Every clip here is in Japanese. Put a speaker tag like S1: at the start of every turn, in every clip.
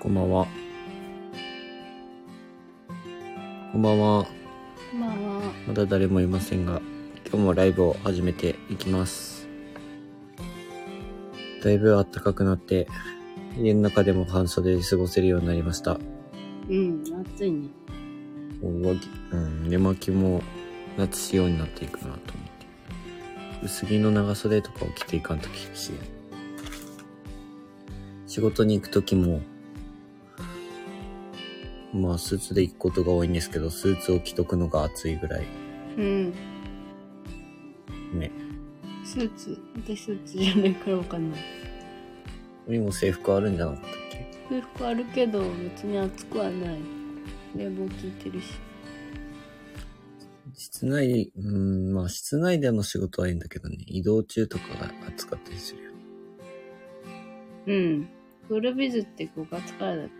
S1: こんばんは。こんばんは。
S2: まあまあ
S1: まだ誰もいませんが、今日もライブを始めていきます。だいぶ暖かくなって、家の中でも半袖で過ごせるようになりました。
S2: うん暑いね
S1: もう上着、うん、寝巻きも夏仕様になっていくなと思って。薄着の長袖とかを着ていかんときし。仕事に行くときも、まあスーツで行くことが多いんですけど、スーツを着とくのが暑いぐらい。
S2: うん
S1: ね。
S2: スーツ私スーツじゃないからわかんない
S1: 海も制服あるんじゃなかったっけ
S2: 空腹あるけど別に暑くはない冷房効いてるし
S1: 室内、うん、まあ室内での仕事はいいんだけどね、移動中とかが暑かったりするよ。
S2: うんフルビズって5月からだって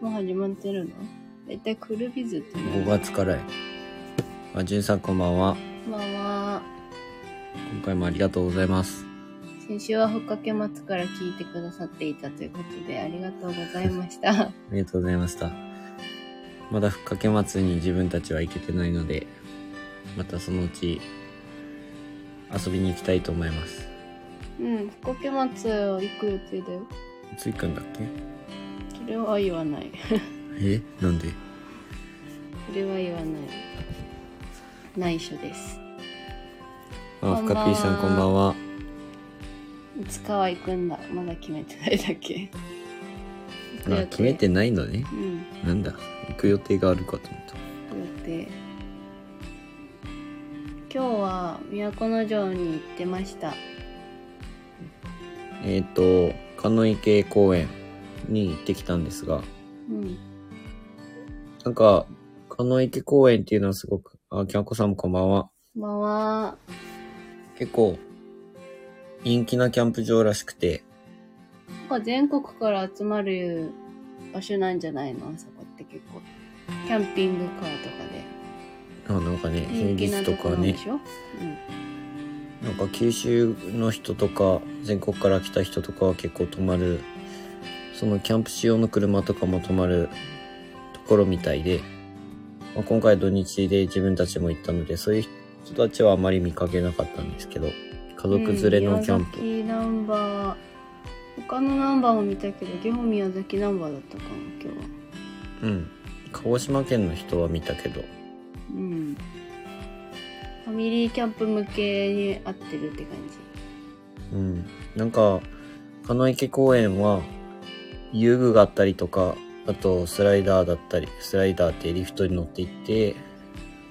S2: もう始まってるのだいたいクールビズって
S1: 5
S2: 何
S1: 月からや。あ、じゅんさんこんばんは。
S2: まあまあ
S1: 今回もありがとうございます。
S2: 先週はふっかけ松から聞いてくださっていたということでありがとうございました
S1: ありがとうございました。まだふっかけ祭りに自分たちは行けてないので、またそのうち遊びに行きたいと思います。
S2: うんふっかけ松は行く予定だよ
S1: いつ行くんだっけ
S2: それは言わない
S1: えなんで
S2: それは言わない内緒です
S1: あ、
S2: こんばんは
S1: ふっかぴーさんこんばんは。
S2: いつかは行くんだまだ決めてないだけ
S1: あ、決めてないのね。
S2: うん
S1: なんだ、行く予定があるかと思った。
S2: 予定今日は都城に行ってました
S1: えっ、と、鹿池公園に行ってきたんですが、
S2: うん
S1: なんか、鹿池公園っていうのはすごく、あ、きゃんこさんもこんばんは。
S2: こんばんは
S1: 結構、人気なキャンプ場らしくて、
S2: なんか全国から集まる場所なんじゃないのあそこって結構キャンピングカーとか
S1: あなんかね、
S2: で
S1: 平
S2: 人気な
S1: 日と
S2: とこ
S1: か
S2: ろで
S1: ね、
S2: しょ、
S1: なんか九州の人とか、全国から来た人とかは結構泊まる、そのキャンプ仕様の車とかも泊まるところみたいで、まあ、今回土日で自分たちも行ったので、そういう人たちはあまり見かけなかったんですけど、家
S2: うん、
S1: 族連れのキャン
S2: うん
S1: プ。
S2: 宮崎ナンバー他のナンバーも見たけど基本宮崎ナンバーだったかも今日は
S1: うん。鹿児島県の人は見たけど、
S2: うんファミリーキャンプ向けに合ってるって感じ
S1: うん。なんか、鹿池公園は、遊具があったりとか、あとスライダーだったり、スライダーってリフトに乗っていって、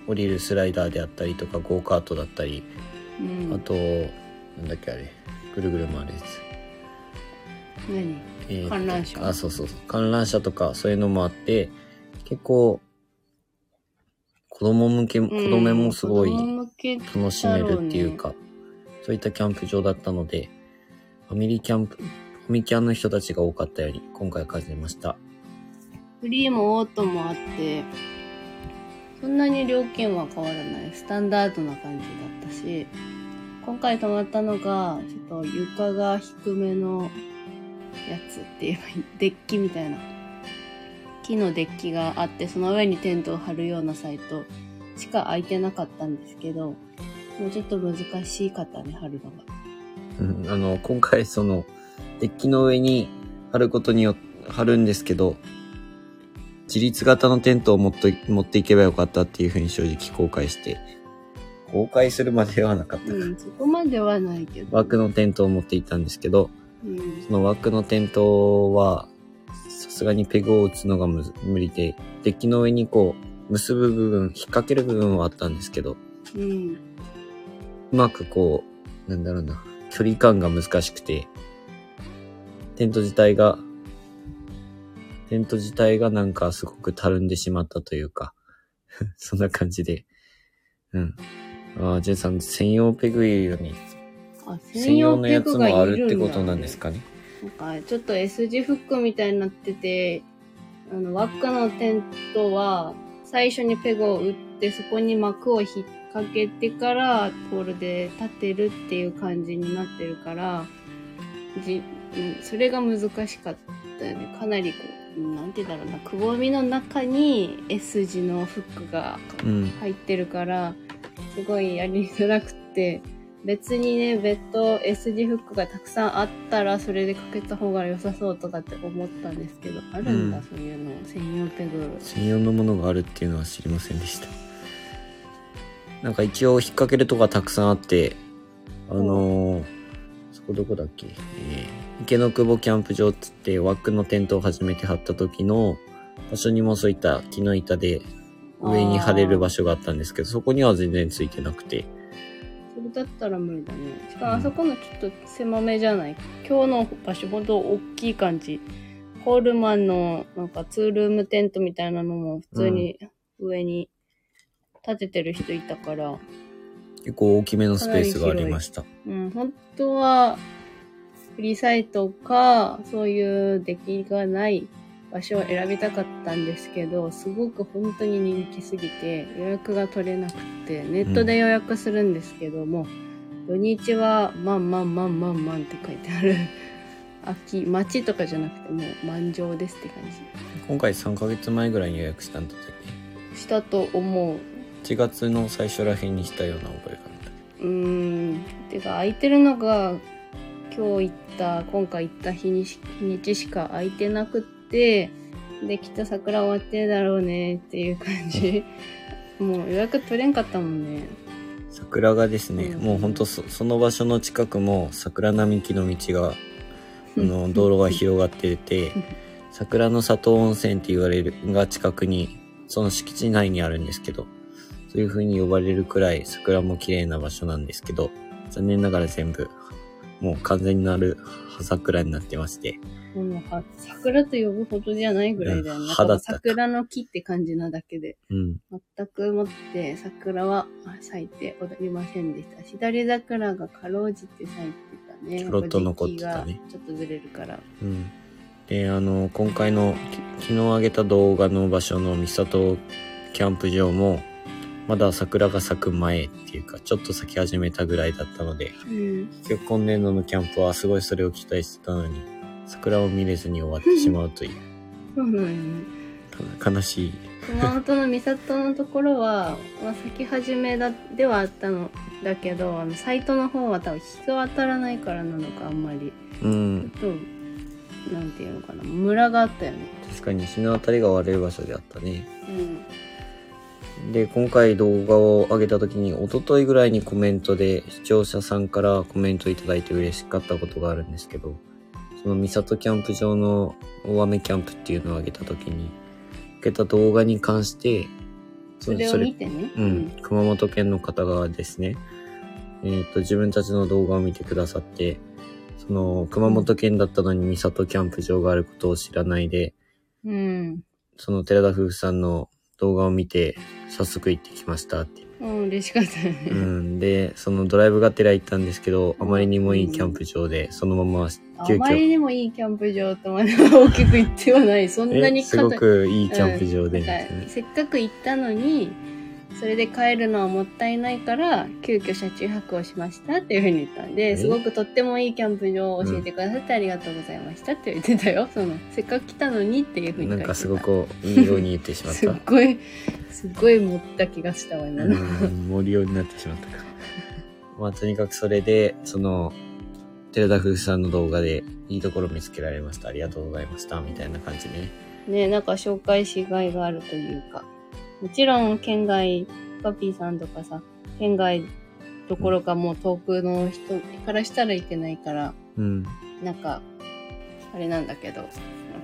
S1: 降りるスライダーであったりとか、ゴーカートだったり、
S2: うん
S1: あと、なんだっけあれ、ぐるぐる回るやつ。
S2: 何
S1: えーと
S2: 観覧車
S1: あ、そうそうそう。観覧車とか、そういうのもあって、結構、子供向け、子供もすごい、
S2: うん子供向け
S1: 楽しめるっていうか、そういったキャンプ場だったので、ファミリーキャンプ、ファミキャンの人たちが多かったように、今回感じました。
S2: フリーもオートもあってそんなに料金は変わらないスタンダードな感じだったし今回泊まったのがちょっと床が低めのやつって言えばいいデッキみたいな木のデッキがあってその上にテントを張るようなサイトしか空いてなかったんですけどもうちょっと難しかったね張るのが
S1: うん、あの、今回その、デッキの上に貼ることによって、貼るんですけど、自立型のテントを持っと持っていけばよかったっていうふうに正直後悔して、後悔するまではなかったか。
S2: うんそこまではないけど
S1: 枠のテントを持っていったんですけど、
S2: うん
S1: その枠の点灯は、さすがにペグを打つのがむず無理で、デッキの上にこう、結ぶ部分、引っ掛ける部分はあったんですけど、
S2: うん
S1: うまくこう、なんだろうな、距離感が難しくて、テント自体が、テント自体がなんかすごくたるんでしまったというか、 そんな感じで、うん。ああ、ジェンさん、専用ペグいるよね。
S2: あ
S1: 専用のやつもあるってこと
S2: だ
S1: なんですかね。
S2: なんかちょっと S 字フックみたいになってて、あの、輪っかのテントは、最初にペグを打って、そこに幕を引っ掛けてから、ポールで立てるっていう感じになってるから、じ、うんそれが難しかっったよねかなりこううんなんて言うんだろうなくぼみの中に S 字のフックが
S1: うん
S2: 入ってるからすごいやりづらくて別にね別途 S 字フックがたくさんあったらそれでかけた方が良さそうとかって思ったんですけどあるんだ、
S1: うん
S2: そういうの専用ペグ
S1: 専用のものがあるっていうのは知りませんでしたなんか一応引っ掛けるとこがたくさんあってあのーそこどこだっけ、えー池の久保キャンプ場っつって枠のテントを初めて張った時の場所にもそういった木の板で上に張れる場所
S2: 所
S1: があったんですけどそこには全然ついてなくて
S2: それだったら無理だねしかも
S1: うん
S2: あそこのちょっと狭めじゃない、今日の場所ほど大きい感じコールマンのなんかツールームテントみたいなのも普通に上に立ててる人いたから、
S1: 結構大きめのスペースがありました
S2: うん、本当は、フリーサイトか、そういう出来がない場所を選びたかったんですけど、すごく本当に人気すぎて、予約が取れなくて、ネットで予約するんですけども、土日は、まんまんまんまんまんって書いてある。 秋、町とかじゃなくて、もう満場ですって感
S1: 今回3ヶ月前ぐらいに予約したんだったっ
S2: じ。したと思う。
S1: け1月の最初らへんにしたような覚えがあった
S2: うーんてか空いてるのが今日行った今回行った日にし日にちしか空いてなくってできっと桜終わってるだろうねっていう感じ もう予約取れんかったもんね
S1: 桜がですね、
S2: うん
S1: もうほんとそその場所の近くも桜並木の道が、あの道路が広がってて
S2: ん
S1: 桜の里温泉って言われるが近くにその敷地内にあるんですけどそういう風に呼ばれるくらい桜も綺麗な場所なんですけど残念ながら全部もう完全なる葉桜になってまして
S2: でもは桜と呼ぶほどじゃないぐらいだよ
S1: うん
S2: ね
S1: 葉だったか
S2: 桜の木って感じなだけで
S1: うん
S2: 全くもって桜は咲いておりませんでしたしだれ桜がかろうじて咲いてたね
S1: ちょろっと残ってたね
S2: やっぱ時期がちょっとずれるから
S1: うんであの今回のき昨日上げた動画の場所の三郷キャンプ場もまだ桜が咲く前っていうかちょっと咲き始めたぐらいだったので
S2: うん
S1: 結局今年度のキャンプはすごいそれを期待してたのに桜を見れずに終わってしまうという
S2: そうなんよね
S1: 悲悲しい
S2: 熊本の美里のところは、まあ、咲き始めだではあったのだけどあのサイトの方は多分日が当たらないからなのかあんまり
S1: う
S2: ちょっ
S1: ん
S2: となんていうのかなムラがあったよね
S1: 確かに日の当たりが悪い場所であったね
S2: うん
S1: で今回動画を上げた時に一昨日ぐらいにコメントで視聴者さんからコメントいただいて嬉しかったことがあるんですけどその三郷キャンプ場の大雨キャンプっていうのを上げた時に上げた動画に関して
S2: それを見てね
S1: うん、熊本県の方がですね、えー、と自分たちの動画を見てくださってその熊本県だったのに三郷キャンプ場があることを知らないで
S2: うん、うん
S1: その寺田夫婦さんの動画を見て早速行ってきましたって
S2: うん、嬉しかったよね、
S1: うん、でそのドライブがてら行ったんですけどあまりにもいいキャンプ場でそのまま
S2: あ
S1: 急
S2: まり
S1: 遽
S2: にもいいキャンプ場とまでは大きく言ってはないそん な
S1: え
S2: に
S1: すご
S2: かと
S1: くいいキャンプ場で、
S2: うんなんかせっかく行ったのにそれで帰るのはもったいないから急遽車中泊をしましたっていうふうに言ったん
S1: え
S2: ですごくとってもいいキャンプ場を教えてくださってありがとうございましたって言って たよそのせっかく来たのにっていうふうに書
S1: ないん
S2: てた
S1: かすごくいいように言ってしまっ
S2: す
S1: た
S2: っごいすっごい持った気がしたわ今の、
S1: うん森ようになってしまったか まあとにかくそれでその寺田夫婦さんの動画でいいところ見つけられましたありがとうございましたみたいな感じでね
S2: ねなんか紹介しがいがあるというかもちろん県外パピーさんとかさ県外どころかもう遠くの人からしたらいけないから
S1: うん
S2: なんか、あれなんだけど、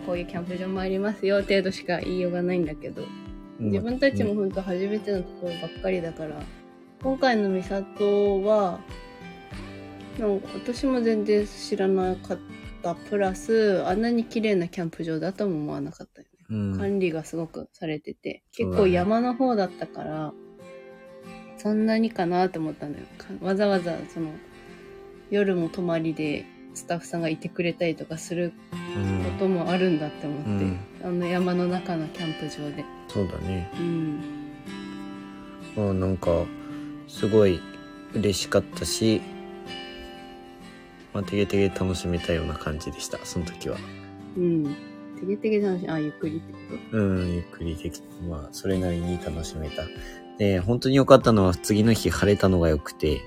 S2: こういうキャンプ場もありますよ程度しか言いようがないんだけど、自分たちもほんと初めてのところばっかりだから、今回の美里は、なんか私も全然知らなかったプラス、あんなに綺麗なキャンプ場だとも思わなかったよね。
S1: うん、うん
S2: 管理がすごくされてて、
S1: そう
S2: 結
S1: だね
S2: 構山の方だったから、そんなにかなって思ったんだよ。かわざわざその、夜も泊まりでスタッフさんがいてくれたりとかする
S1: うん
S2: こともあるんだって思って、
S1: うん
S2: あの山の中のキャンプ場で。
S1: そうだね
S2: うん。
S1: まあなんかすごい嬉しかったしまあてげてげ楽しめたような感じでしたその時は
S2: うん。てげてげ楽しい。あ、ゆっくりってこ
S1: うん、ゆっくりできて、まあ、それなりに楽しめた。で、本当に良かったのは、次の日晴れたのが良くて、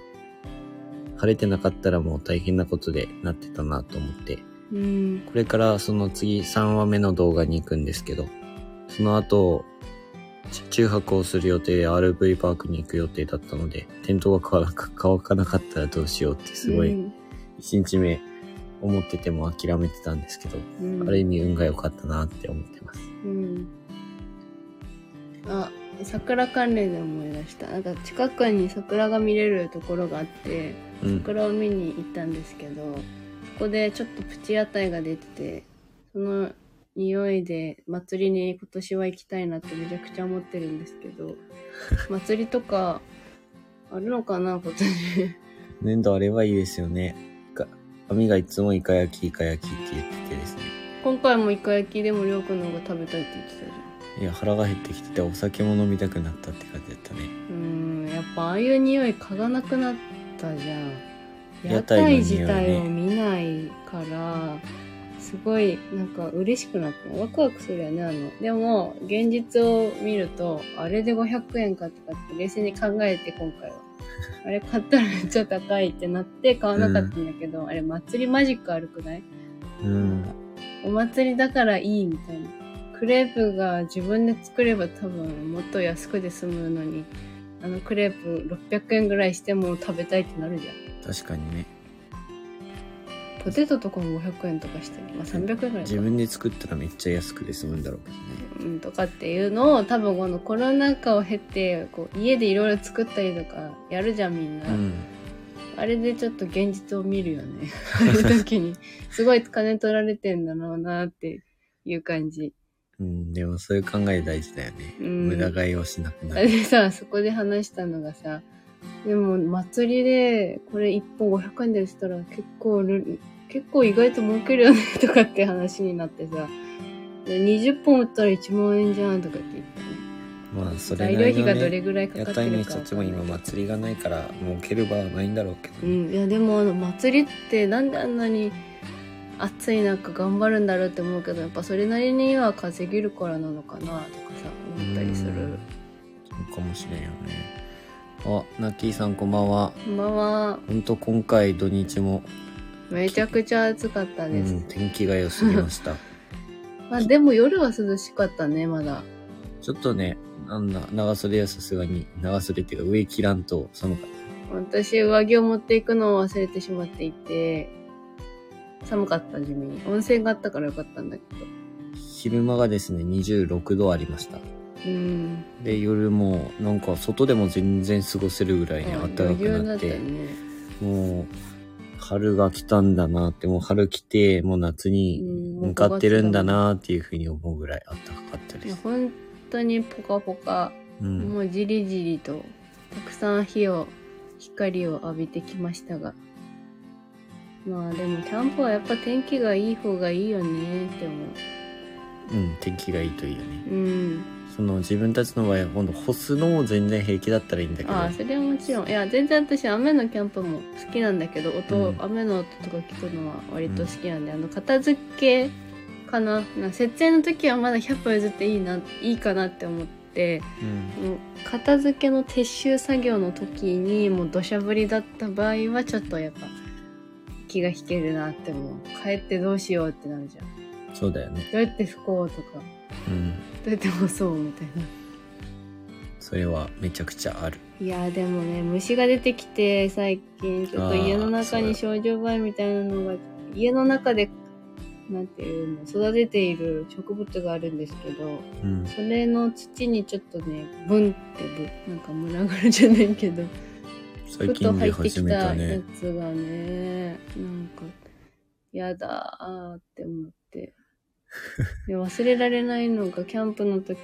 S1: 晴れてなかったらもう大変なことでなってたなと思って、
S2: とうん。
S1: これからその次3話目の動画に行くんですけど、その後、車中泊をする予定で RV パークに行く予定だったので、テントが乾か乾かなかったらどうしようってすご
S2: う
S1: い
S2: ん
S1: 1日目思ってても諦めてたんですけど、
S2: うん、
S1: ある意味運が良かったなって思ってます。
S2: うん。あ、桜関連で思い出した。なんか近くに桜が見れるところがあって、
S1: うん。
S2: 桜を見に行ったんですけど、そこでちょっとプチ屋台が出てて、その匂いで祭りに今年は行きたいなってめちゃくちゃ思ってるんですけど、祭りとかあるのかな今年。
S1: 粘土あればいいですよね。か網がいつもイカ焼きイカ焼きって言っててですね。
S2: 今回もイカ焼きでもりょうくんの方が食べたいって言ってたじゃん。
S1: いや、腹が減ってきててお酒も飲みたくなったって感じだったね。
S2: うーんやっぱああいう匂い嗅がなくなったじゃん
S1: 屋
S2: 屋
S1: 台の匂いね
S2: 台自体を見ないからすごいなんか嬉しくなったワクワクするよねあのでも現実を見るとあれで500円かとかって冷静に考えて今回はあれ買ったらめっちゃ高いってなって買わなかったんだけど、あれ祭りマジックあるくない
S1: うん。
S2: お祭りだからいいみたいな。クレープが自分で作れば多分もっと安くで済むのに、あのクレープ600円ぐらいしても食べたいってなるじゃん。
S1: 確かにね。
S2: ポテトとかも500円とかしたり、まあ300円ぐらい
S1: 自
S2: か。
S1: 分で作ったらめっちゃ安くで済むんだろうけどね。
S2: うん、とかっていうのを多分このコロナ禍を経てこう家でいろいろ作ったりとかやるじゃんみんな、
S1: うん。
S2: あれでちょっと現実を見るよね ああいう時にすごい金取られてんだろうなっていう感じ
S1: うん、でもそういう考え大事だよね。
S2: うん
S1: 無駄買いをしなくなる。
S2: で さそこで話したのがさでも祭りでこれ1本500円でしたら結構る結構意外と儲けるよね とかって話になってさで20本売ったら1万円じゃんとかって言ってね
S1: まあ、それ
S2: 材
S1: な
S2: 料
S1: り
S2: 費
S1: の、
S2: がどれ
S1: ね、
S2: ぐらいか
S1: 屋
S2: かって
S1: 台の
S2: る
S1: 人
S2: か
S1: た
S2: わ
S1: ち
S2: か
S1: も
S2: ん
S1: 今
S2: ない
S1: 祭りがないから、儲ける場はないんだろうけど
S2: う
S1: ね、
S2: んいやでもあの祭りってなんであんなに暑い中頑張るんだろうって思うけどやっぱそれなりには稼げるからなのかなとかさ思ったりす
S1: うん
S2: る。
S1: そうかもしれんよね。あ、ナッキーさんこんばんは。
S2: こんばんは
S1: ほんと今回土日も、
S2: めちゃくちゃ暑かった
S1: う
S2: です、
S1: ん、天気が良すぎました。
S2: まあでも夜は涼しかったね、まだ。
S1: ちょっとね、なんだ、長袖はさすがに、長袖っていうか上着らんと寒かっ
S2: 私、上着を持っていくのを忘れてしまっていて、寒かった、地味に。温泉があったからよかったんだけど。
S1: た。昼間がですね、26度ありました。
S2: うん。
S1: で、夜も、なんか外でも全然過ごせるぐらいね、
S2: あ
S1: 暖かくなっ
S2: 余
S1: て、
S2: ね。
S1: もう、春が来たんだなって、もう春来て、もう夏に
S2: うん
S1: 向かってるんだなっていうふうに思うぐらい暖かかった
S2: い
S1: で
S2: や
S1: す。
S2: 本当にポカポカ、
S1: うん
S2: も。うじりじりと、たくさん火を、光を浴びてきましたが。まあでも、キャンプはやっぱ天気がいい方がいいよねって思う。
S1: うん、天気がいいといいよね。
S2: うん。
S1: その自分たちの場合は、今度干すのも全然平気だったらいいんだけど、
S2: ああそれはもちろんいや全然私雨のキャンプも好きなんだけど音、
S1: うん
S2: 雨の音とか聞くのは割と好きなんで、あの片付けかなな設営の時はまだ100歩譲っていいないいかなって思って
S1: うん
S2: もう片付けの撤収作業の時にもう土砂降りだった場合はちょっとやっぱ気が引けるなって思う帰ってどうしようってなるじゃん
S1: そうだよね。
S2: どうやって拭こうとか
S1: うん。
S2: どうやって干そうみたいな
S1: それはめちゃくちゃある。
S2: いやーでもね虫が出てきて最近ちょっと家の中
S1: あー
S2: に症状梅みたいなのが家の中でなんていうの育てている植物があるんですけど
S1: うん。
S2: それの土にちょっとねブンってブなんか群がるじゃないけどふ
S1: 最
S2: と
S1: 近
S2: 入
S1: 出
S2: って
S1: 始
S2: き
S1: めた
S2: たや
S1: ね。
S2: つがねなんかやだーって思ってで忘れられないのがキャンプの時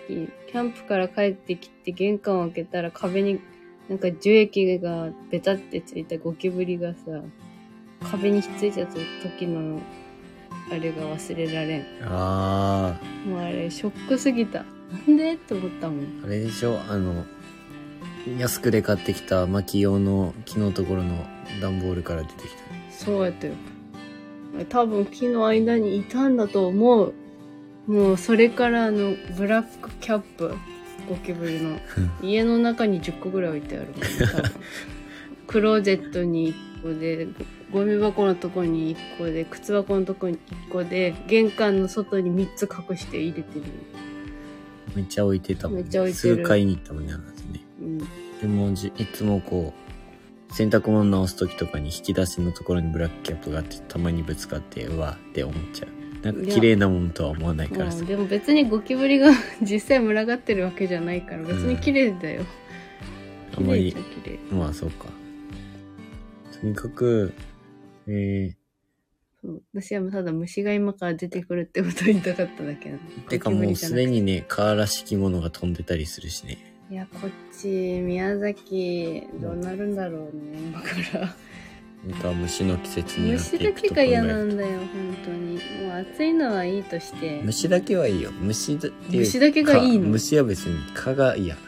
S2: キャンプから帰ってきて玄関を開けたら壁になんか樹液がベタってついたゴキブリがさ壁にひっついちゃった時のあれが忘れられん
S1: あ
S2: もうあれショックすぎたなんでって思ったもん
S1: あ、あれでしょあの、安くで買ってきた薪用の木のところの段ボールから出てきた。
S2: そうやったよ多分木の間にいたんだと思う。もうそれからあのブラックキャップゴキブリの 家の中に10個ぐらい置い てあるもんね多分クローゼットに1個でゴミ箱のとこに1個で靴箱のとこに1個で玄関の外に3つ隠して入れてる、
S1: めっちゃ置いてたもんね
S2: めっちゃ置いて
S1: す
S2: る
S1: ぐ買いに行ったもんねあの時ね
S2: うん、
S1: でもじいつもこう洗濯物直す時とかに引き出しのところにブラックキャップがあってたまにぶつかってうわって思っちゃうなんか綺麗なものとは思わないから
S2: う
S1: さ
S2: んでも別にゴキブリが 実際群がってるわけじゃないから別に綺麗だよ、
S1: あんま
S2: 綺麗
S1: り
S2: じゃ綺麗
S1: まあそうかとにかくえー、
S2: そう私はただ虫が今から出てくるってことを言いたかっただけなの
S1: てか
S2: ゴキ
S1: も
S2: ブリ
S1: う
S2: じゃ
S1: す
S2: なく
S1: で
S2: て
S1: にね川らしきものが飛んでたりするしね
S2: いやこっち宮崎どうなるんだろうね今から
S1: 本当は虫の季節になって
S2: 虫
S1: い
S2: だ
S1: くと
S2: け
S1: こ
S2: が
S1: ろ
S2: 嫌
S1: だ
S2: な
S1: よ
S2: んだよ本当にもう暑いのはいいとして
S1: 虫だけはいいよ虫だっていう
S2: 虫だけがいい
S1: 蚊
S2: の
S1: 虫は別に蚊が嫌
S2: あ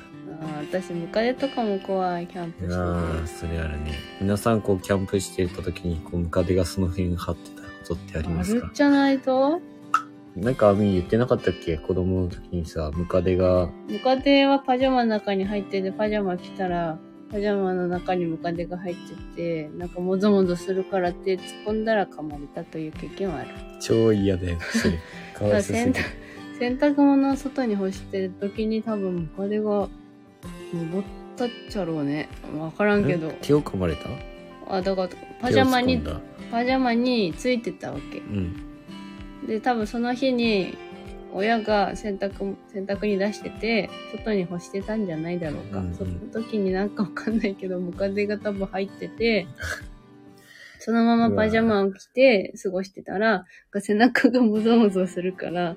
S2: ー私ムカデとかも怖いキャンプ
S1: ああ
S2: し
S1: そ
S2: て
S1: れあるね皆さんこうキャンプしてた時にこうムカデがその辺張ってたことってあり
S2: てあ
S1: ますか
S2: るじゃないと
S1: なんかアミ言ってなかったっけ子供の時にさムカデが
S2: ムカデはパジャマの中に入っててパジャマ着たらパジャマの中にムカデが入っててなんかもぞもぞするからって突っ込んだら噛まれたという経験はある
S1: 超嫌だよそれかわいそうすぎる
S2: あ洗濯物を外に干してる時に多分ムカデが登ったっちゃろうね分からんけど
S1: ん手を噛まれた
S2: あだからパジャマに
S1: 手を突っ込んだ
S2: パジャマについてたわけ
S1: うん
S2: で多分その日に親が洗濯洗濯に出してて外に干してたんじゃないだろうか、
S1: うんうん
S2: その時になんかわかんないけどムカデが多分入って てそのままパジャマを着て過ごしてたら背中がもぞもぞするから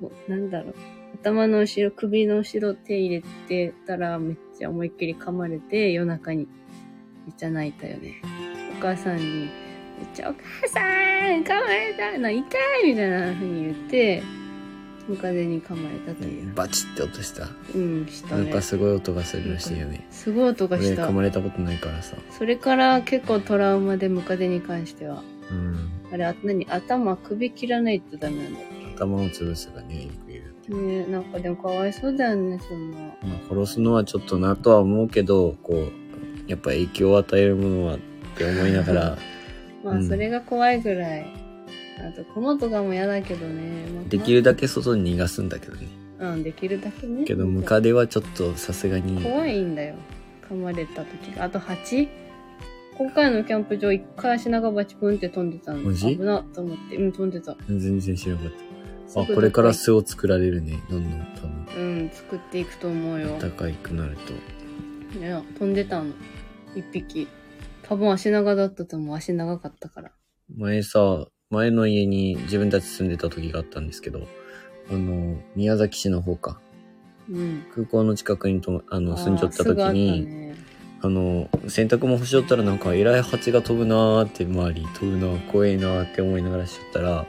S2: こうなんだろう頭の後ろ首の後ろ手入れてたらめっちゃ思いっきり噛まれて夜中にめっちゃ泣いたよねお母さんに「めっちゃお母さん噛まれたな痛い!」みたいな風に言ってムカデに噛まれたという
S1: バチって音した
S2: うんした
S1: なん
S2: ね
S1: かすごい音がするらしいよね
S2: すごい音が
S1: 俺
S2: した
S1: 噛まれたことないからさ
S2: それから結構トラウマでムカデに関しては
S1: うん
S2: あれあ何頭首切らないとダメなんだっ
S1: 頭を潰すがねよく言う
S2: けねなんかでもかわいそうだよねそんな
S1: まあ、殺すのはちょっとなとは思うけどこうやっぱ影響を与えるものはって思いなが ら
S2: ま
S1: う
S2: あ
S1: ん
S2: それが怖いぐらい、あと雲とかも嫌だけどね、まあ
S1: できるだけ外に逃がすんだけどね
S2: うんできるだけね
S1: けどムカデはちょっとさすがに
S2: 怖いんだよ噛まれた時があと蜂今回のキャンプ場一回足長鉢プンって飛んでたの
S1: マジ
S2: 危なと思ってうん飛んでた
S1: 全然知らなかっ
S2: す
S1: た
S2: ぐ
S1: あこれから
S2: どっ
S1: 巣を作られるねどんどん多分
S2: かうん作っていくと思うよ
S1: 高いくなると
S2: いや飛んでたの一匹多分足長だったと思う足長かったから
S1: 前さ前の家に自分たち住んでた時があったんですけどあの宮崎市の方か
S2: うん
S1: 空港の近くにともあの住んじゃった
S2: あーす
S1: 時
S2: ぐあった
S1: に
S2: ね
S1: あの洗濯も干しよったらなんかえらい蜂が飛ぶなーって周り飛ぶなー怖いなーって思いながらしよったら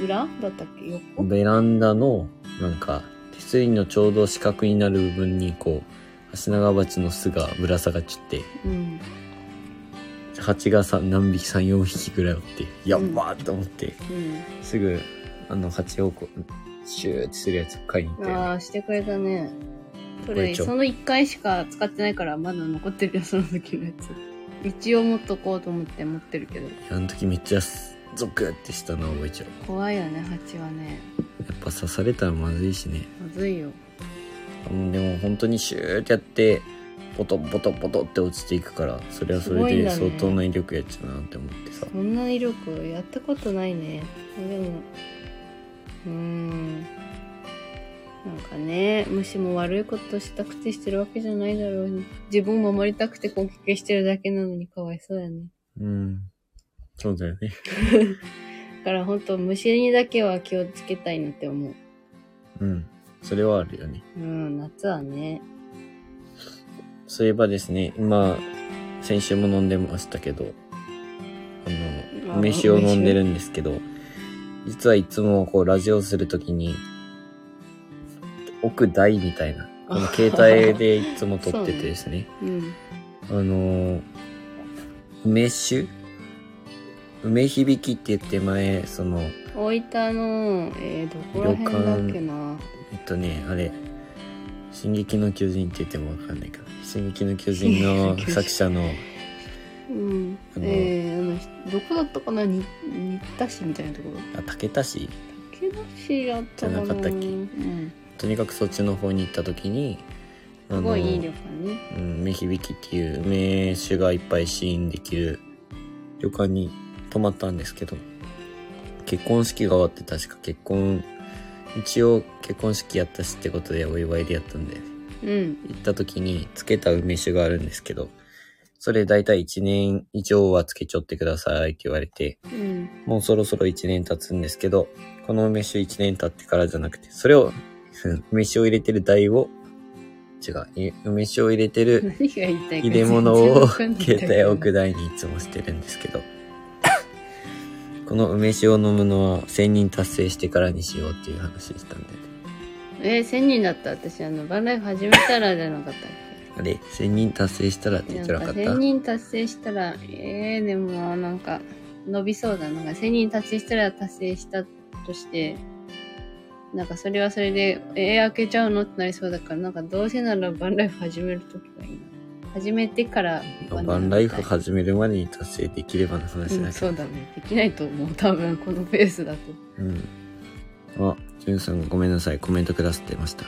S2: 裏だったっけ横
S1: ベランダのなんか手すりのちょうど四角になる部分にこう足長鉢の巣がぶら下がっちゃって
S2: うん
S1: 蜂がさ何匹34匹ぐらいおってやっばーと思って、
S2: うん
S1: すぐあの蜂をこうシューってするやつ買いに行ったよ
S2: あ
S1: ね
S2: あしてくれたねこ
S1: こ
S2: れ
S1: れちょ
S2: その1回しか使ってないからまだ残ってるよその時のやつ一応持っとこうと思って持ってるけど
S1: あの時めっちゃゾクってしたの覚えちゃう
S2: 怖いよね蜂はね
S1: やっぱ刺されたらまずいしね
S2: まずいよ
S1: うんでも本当にシューってやってポトボトボトって落ちていくからそれはそれ
S2: すごいん
S1: で
S2: だね
S1: 相当な威力やっちゃうなって思ってさ、
S2: こんな威力やったことないねでもうーんなんかね虫も悪いことしたくてしてるわけじゃないだろうに自分を守りたくて攻撃してるだけなのにかわいそうやね
S1: うんそうだよね
S2: だから本当虫にだけは気をつけたいなって思う
S1: うんそれはあるよね
S2: うん夏はね
S1: そういえばですね今先週も飲んでましたけどあの
S2: あ
S1: 梅酒を飲んでるんですけど実はいつもこうラジオするときに奥台みたいなこの携帯でいつも撮っててですね
S2: うん
S1: あのー、梅酒梅響きって言って前そのえ
S2: 大分の、えー、どこら辺だっけな
S1: っとねあれ「進撃の巨人」って言ってもわかんないかな「進撃の巨人」の
S2: 進撃の巨人
S1: 作者の
S2: うん
S1: あの
S2: えー、あのひどこだったかなに新田市みたいなところ
S1: あ武田市
S2: 武田市だったかな
S1: じゃなかったっけ
S2: うん、
S1: とにかくそっちの方に行った時にあ
S2: す
S1: の
S2: ごいいい旅館ね
S1: うん、梅響きっていう梅酒がいっぱい試飲できる旅館に泊まったんですけど、結婚式が終わって確か結婚、一応結婚式やったしってことでお祝いでやったんで、
S2: うん
S1: 行った時につけた梅酒があるんですけど、それ大体1年以上はつけちょってくださいって言われて、
S2: うん
S1: もうそろそろ1年経つんですけど、この梅酒1年経ってからじゃなくて、それを、 梅酒を入れてる台を、違う、い梅酒を入れてる
S2: 何が言いたいか
S1: 入れ物を
S2: 全然わかんないんだけど
S1: 携帯置く台にいつもしてるんですけどこの梅酒を飲むのは1000人達成してからにしようっていう話したんで
S2: えー、1000人だった私あのバンライフ始めたらじゃなかったっ
S1: あれ1000人達成したらって
S2: け
S1: 言っ
S2: なん
S1: て
S2: か
S1: なかった
S2: 1000人達成したらえー、でもななんか伸びそうだななんか1000人達成したら達成したとしてなんかそれはそれでえー、開けちゃうのってなりそうだからなんかどうせならバンライフ始めるときがいいな始めてから
S1: バンライフ始めるまでに達成できればの話
S2: う
S1: だ
S2: ん
S1: けど
S2: そうだねできないと思う多分このペースだと
S1: うん、あジュンさんがごめんなさいコメントくださってました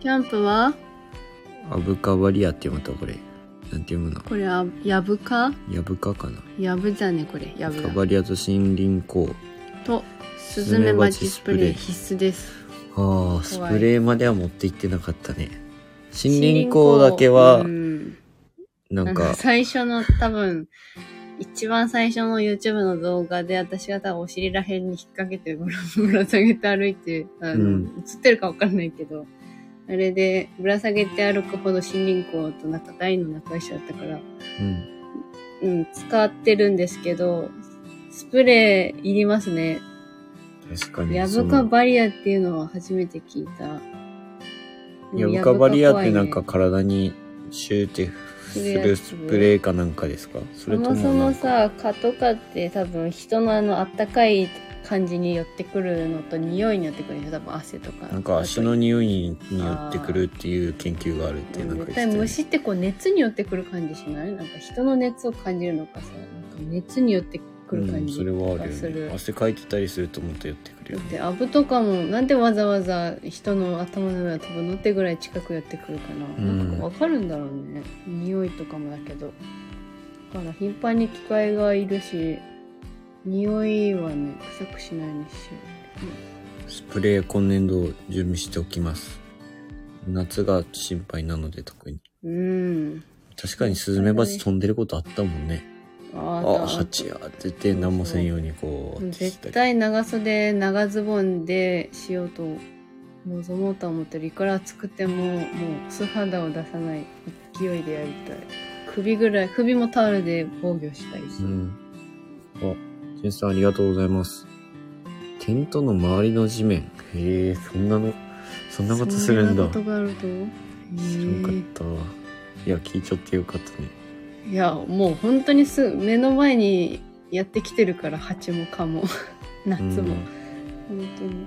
S2: キャンプは
S1: アブカバリアって読むとこれなんて読むの
S2: これあやぶか
S1: ヤブカかな
S2: やぶじゃねこれやぶ
S1: カ
S2: だ
S1: バリアと森林公
S2: とスズメバチスプレー必須です
S1: ああス
S2: 怖い
S1: プレーまでは持って行ってなかったね森林公だけは
S2: うん
S1: なん
S2: あ
S1: か
S2: の最初の多分一番最初の YouTube の動画で私が多分お尻ら辺に引っ掛けて ぶらぶら下げて歩いてあの、
S1: うん
S2: 映ってるかわかんないけどあれでぶら下げて歩くほど森林校となんか大の仲良しだったから
S1: うん
S2: うん、使ってるんですけど、スプレーいりますね。
S1: 確かに
S2: ヤ
S1: そ
S2: ブ
S1: の
S2: カバリアっていうのは初めて聞いた。
S1: ヤブカバリアってなんか
S2: ヤブカ怖いね、
S1: 体にシューってするスプレーかなんかですかそ
S2: そ
S1: れとも
S2: もそ
S1: な
S2: も
S1: んか
S2: さ、蚊とかって多分人のあのあったかい感じに寄ってくるのと匂いに寄ってくるでしょ、多分汗とか。
S1: なんか足の匂いによってくるっていう研究があるってなんか
S2: 絶
S1: 言
S2: 対
S1: ってたよ
S2: 虫ってこう熱によってくる感じしないなんか人の熱を感じるのかさ、なんか熱によってくる
S1: う
S2: 感
S1: ん、
S2: じ
S1: それはあ
S2: が
S1: る
S2: する。
S1: よね汗かいてたりするともっと寄ってくる
S2: だ
S1: よ
S2: っ
S1: ね
S2: てアブとかもなんでわざわざ人の頭の上を飛ぶのってぐらい近く寄ってくるかな,、
S1: ん
S2: なんかわかるんだろうね匂いとかもだけどだから頻繁に機械がいるし匂いはね臭くしないし
S1: スプレー今年度準備しておきます夏が心配なので特に
S2: うん
S1: 確かにスズメバチ飛んでることあったもんね
S2: あ
S1: あ、ハチやって言って何もせんようにこう。
S2: 絶対長袖長ズボンでしようと望もうとは思ってるいくら暑くてももう素肌を出さない勢いでやりたい首ぐらい首もタオルで防御したいし、
S1: うん。あ、ジュンさんありがとうございます。テントの周りの地面。へえ、そんなの、そんなことするんだ。
S2: そんなことがあるとへ
S1: 知らんかっ
S2: ー
S1: たわ。いや、聞いちゃってよかったね。
S2: いやもう本当にすぐ目の前にやってきてるから蜂も蚊も 夏
S1: う
S2: も、
S1: ん。
S2: 本当に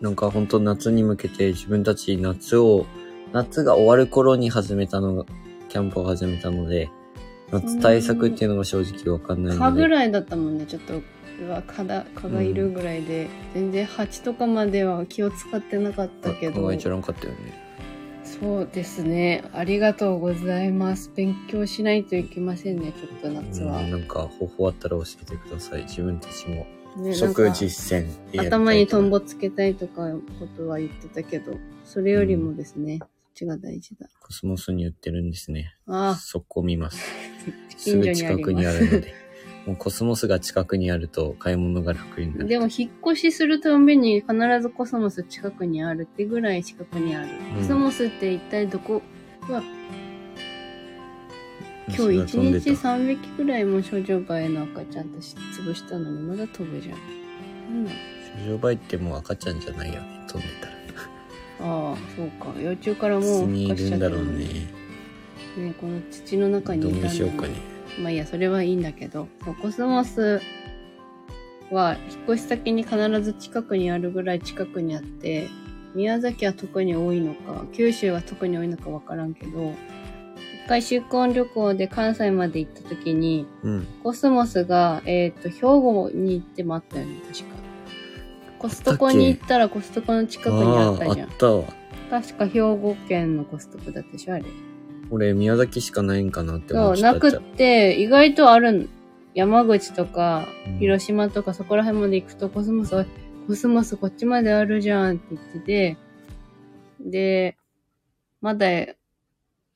S1: なんか本当夏に向けて自分たち夏を、夏が終わる頃に始めたのが、キャンプを始めたので、夏対策っていうのが正直わかんない
S2: 蚊
S1: ので。
S2: ぐらいだったもんねちょっとうわ蚊だ蚊がいるぐらいで、全然蜂とかまでは気を使ってなかったけ
S1: あ考
S2: ど
S1: えちゃらんかったよね。
S2: そうですねありがとうございます勉強しないといけませんねちょっと夏は、
S1: うん、なんか方法あったら教えてください。自分たちも。
S2: ねなん
S1: 即
S2: か
S1: 実践でやりたいと思
S2: 頭
S1: い
S2: にトンボつけたいとかことは言ってたけどそれよりもですね、そっちが大事だ
S1: コスモスに売ってるんですね。
S2: あ
S1: 速攻見ます。す
S2: 近所
S1: ぐ
S2: にあります
S1: 近くにあるので。もうコスモスが近くにあると買い物が楽になる。
S2: でも引っ越しするために必ずコスモス近くにあるってぐらい近くにある、
S1: うん
S2: コスモスって一体どこは
S1: 虫が
S2: 今日一
S1: 飛んでた
S2: 日3匹ぐらいも少女バエの赤ちゃんとし潰したのにまだ飛ぶじゃん。なんだ
S1: 少女バイってもう赤ちゃんじゃないよね。飛んでたら。
S2: ああ、そうか。幼虫か
S1: 普
S2: らも
S1: 通
S2: う
S1: にい
S2: 孵化し
S1: る
S2: ちゃ
S1: ん
S2: った
S1: だ
S2: の
S1: ろう
S2: に
S1: ね。
S2: ねこの土の
S1: ど
S2: 中にいたんだ
S1: うしようかね。
S2: まあいいや、それはいいんだけど、そうコスモスは引っ越し先に必ず近くにあるぐらい近くにあって、宮崎は特に多いのか、九州は特に多いのかわからんけど、一回新婚旅行で関西まで行った時に、
S1: うん。
S2: コスモスが、えっ、と、兵庫に行ってもあったよね、確か。コストコに行ったらコストコの近くにあったじゃ
S1: あー
S2: ん
S1: あ。ったわ。
S2: 確か兵庫県のコストコだったでしょ、あれ。
S1: 俺、宮崎しかないんかなって
S2: そ
S1: 思っ
S2: う、
S1: てた
S2: な
S1: じゃん。
S2: くって、意外とあるん。山口とか
S1: うん、
S2: 広島とか、そこら辺まで行くと、コスモス、おいコスモスこっちまであるじゃんって言ってて、で、まだ、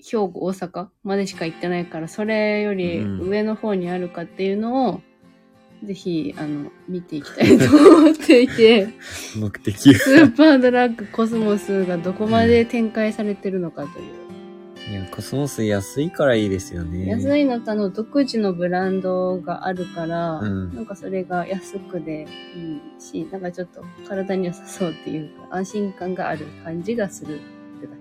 S2: 兵庫、大阪までしか行ってないから、それより
S1: うん
S2: 上の方にあるかっていうのを、ぜひ、あの、見ていきたいと思って いて、
S1: 目的。
S2: スーパードラッグコスモスがどこまで展開されてるのかという。
S1: いや、コスモス安いからいいですよね。
S2: 安いのとあの独自のブランドがあるから、
S1: うん
S2: なんかそれが安くでいいし、なんかちょっと体に良さそうっていうか、安心感がある感じがするってだ